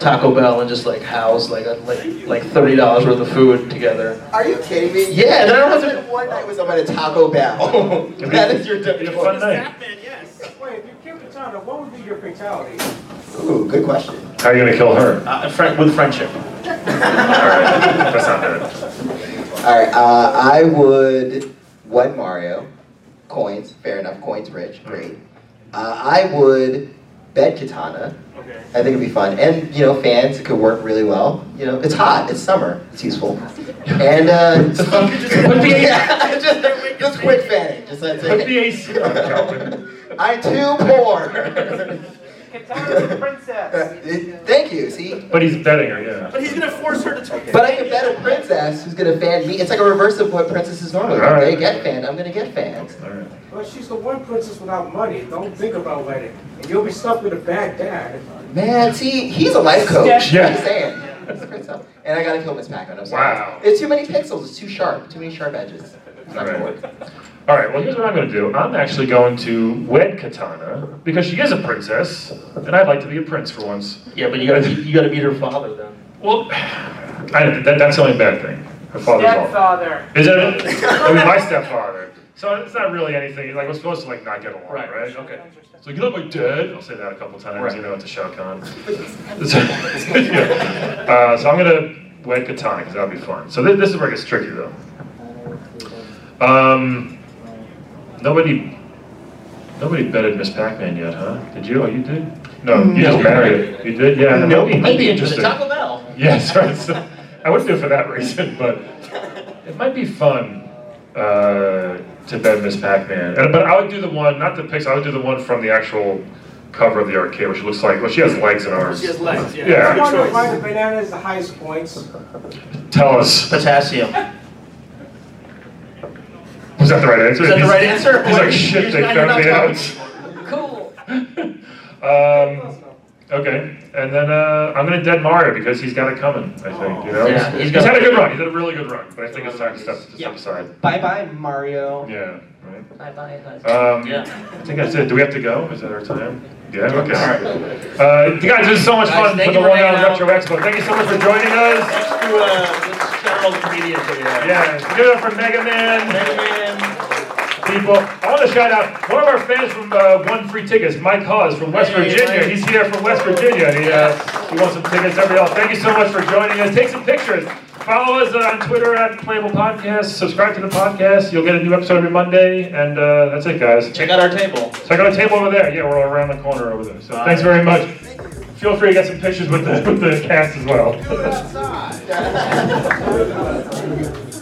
S5: Taco Bell and just like house like a, like like thirty dollars worth of food (laughs) together.
S6: Are you kidding me?
S5: Yeah, then I don't have to-
S6: spent one night with somebody at Taco (laughs) Bell. Oh,
S5: Uh,
S6: that is your
S1: It'd be a fun night.
S7: Wait, if you killed Katana, what would be your fatality?
S6: Ooh, good question.
S1: How are you gonna kill her?
S5: Uh, friend with friendship.
S1: All right. That's not bad.
S6: All right, uh, I would one Mario coins. Fair enough, coins rich, great. Uh, I would bet Katana.
S5: Okay.
S6: I think it'd be fun, and you know, fans it could work really well. You know, it's hot, it's summer, it's (laughs) useful, and uh, (laughs) yeah, just, just quick fanning, just uh, let's
S1: Put the
S6: say.
S1: AC on, Calvin.
S6: I'm too poor.
S7: Katana's a
S6: (laughs)
S7: princess.
S6: Thank you. See,
S1: But he's betting her, yeah.
S5: But he's gonna force her to talk.
S6: But I can bet a princess who's gonna fan me. It's like a reverse of what princesses normally do.
S1: All right.
S6: They get fanned, I'm gonna get fanned.
S1: All right.
S7: But she's the one princess without money. Don't think about wedding. And you'll be stuck with a bad dad.
S6: Man, see, he's a life coach.
S1: Yeah.
S6: I'm saying. He's a princess. And I gotta kill Miss Pac-Man, I'm sorry.
S1: Wow.
S6: It's too many pixels, it's too sharp, too many sharp edges. It's not gonna
S1: All right.
S6: work.
S1: All right, well, here's what I'm going to do. I'm actually going to wed Katana because she is a princess, and I'd like to be a prince for once.
S5: Yeah, but you gotta you gotta meet her father then.
S1: Well, I, that, that's the only bad thing. Her father's all.
S7: Stepfather.
S1: Is that it? I mean, my stepfather. So it's not really anything. Like we're supposed to like not get along, right?
S5: Right.
S1: Okay. So you're not my dad. I'll say that a couple times.
S5: Right.
S1: You know, it's a Shao Kahn. (laughs) so, yeah. uh, so I'm gonna wed Katana because that'll be fun. So this, this is where it gets tricky though. Um, nobody, nobody betted Miss Pac-Man yet, huh? Did you? Oh, you did. No, you just married. it. You did. Yeah. No, it might be interesting.
S9: Taco Bell.
S1: Yes, right. So I wouldn't do it for that reason, but it might be fun uh, to bet Miss Pac-Man. And, but I would do the one, not the pics. I would do the one from the actual cover of the arcade, which looks like well, she has legs and arms.
S5: legs.
S7: I
S1: Yeah,
S7: wonder why the banana is the highest points.
S1: tell us.
S5: Potassium.
S1: Was that the right answer?
S5: Is that the
S1: He's-
S5: right answer?
S1: He's like, shit, they
S5: Now you're
S1: found
S5: not
S1: me out.
S5: talking
S14: Cool.
S1: Um, okay, and then uh, I'm gonna dead Mario because he's got it coming. I think you know.
S5: Yeah,
S1: he's,
S5: he's
S1: he's
S5: got-
S1: had a good run. He's had a really good run, but I think it's time to step to
S10: Yeah.
S1: step aside.
S10: Bye bye, Mario.
S1: Yeah. Right.
S9: Bye bye.
S1: Um,
S5: Yeah.
S1: I think that's it. Do we have to go? Is that our time? Yeah, okay, all right. Uh, you guys, this is so much
S9: Guys,
S1: fun
S9: thank
S1: for the
S9: you for
S1: Long Island
S9: hanging out.
S1: Retro Expo. Thank you so much for joining us.
S5: Thanks to uh, several comedians that we have.
S1: Yeah, give it up for Mega Man, people. I want to shout out one of our fans from uh, One Free Tickets, Mike Hawes from West
S5: Hey,
S1: Virginia.
S5: Mike.
S1: He's here from West Virginia. He, uh, he wants some tickets. Everybody else, thank you so much for joining us. Take some pictures. Follow us on Twitter at Playable Podcast. Subscribe to the podcast. You'll get a new episode every Monday. And uh, that's it, guys.
S5: Check out our table.
S1: So I got a table over there. Yeah, we're around the corner over there. So thanks very much. Feel free to get some pictures with the, with the cast as well.
S2: outside.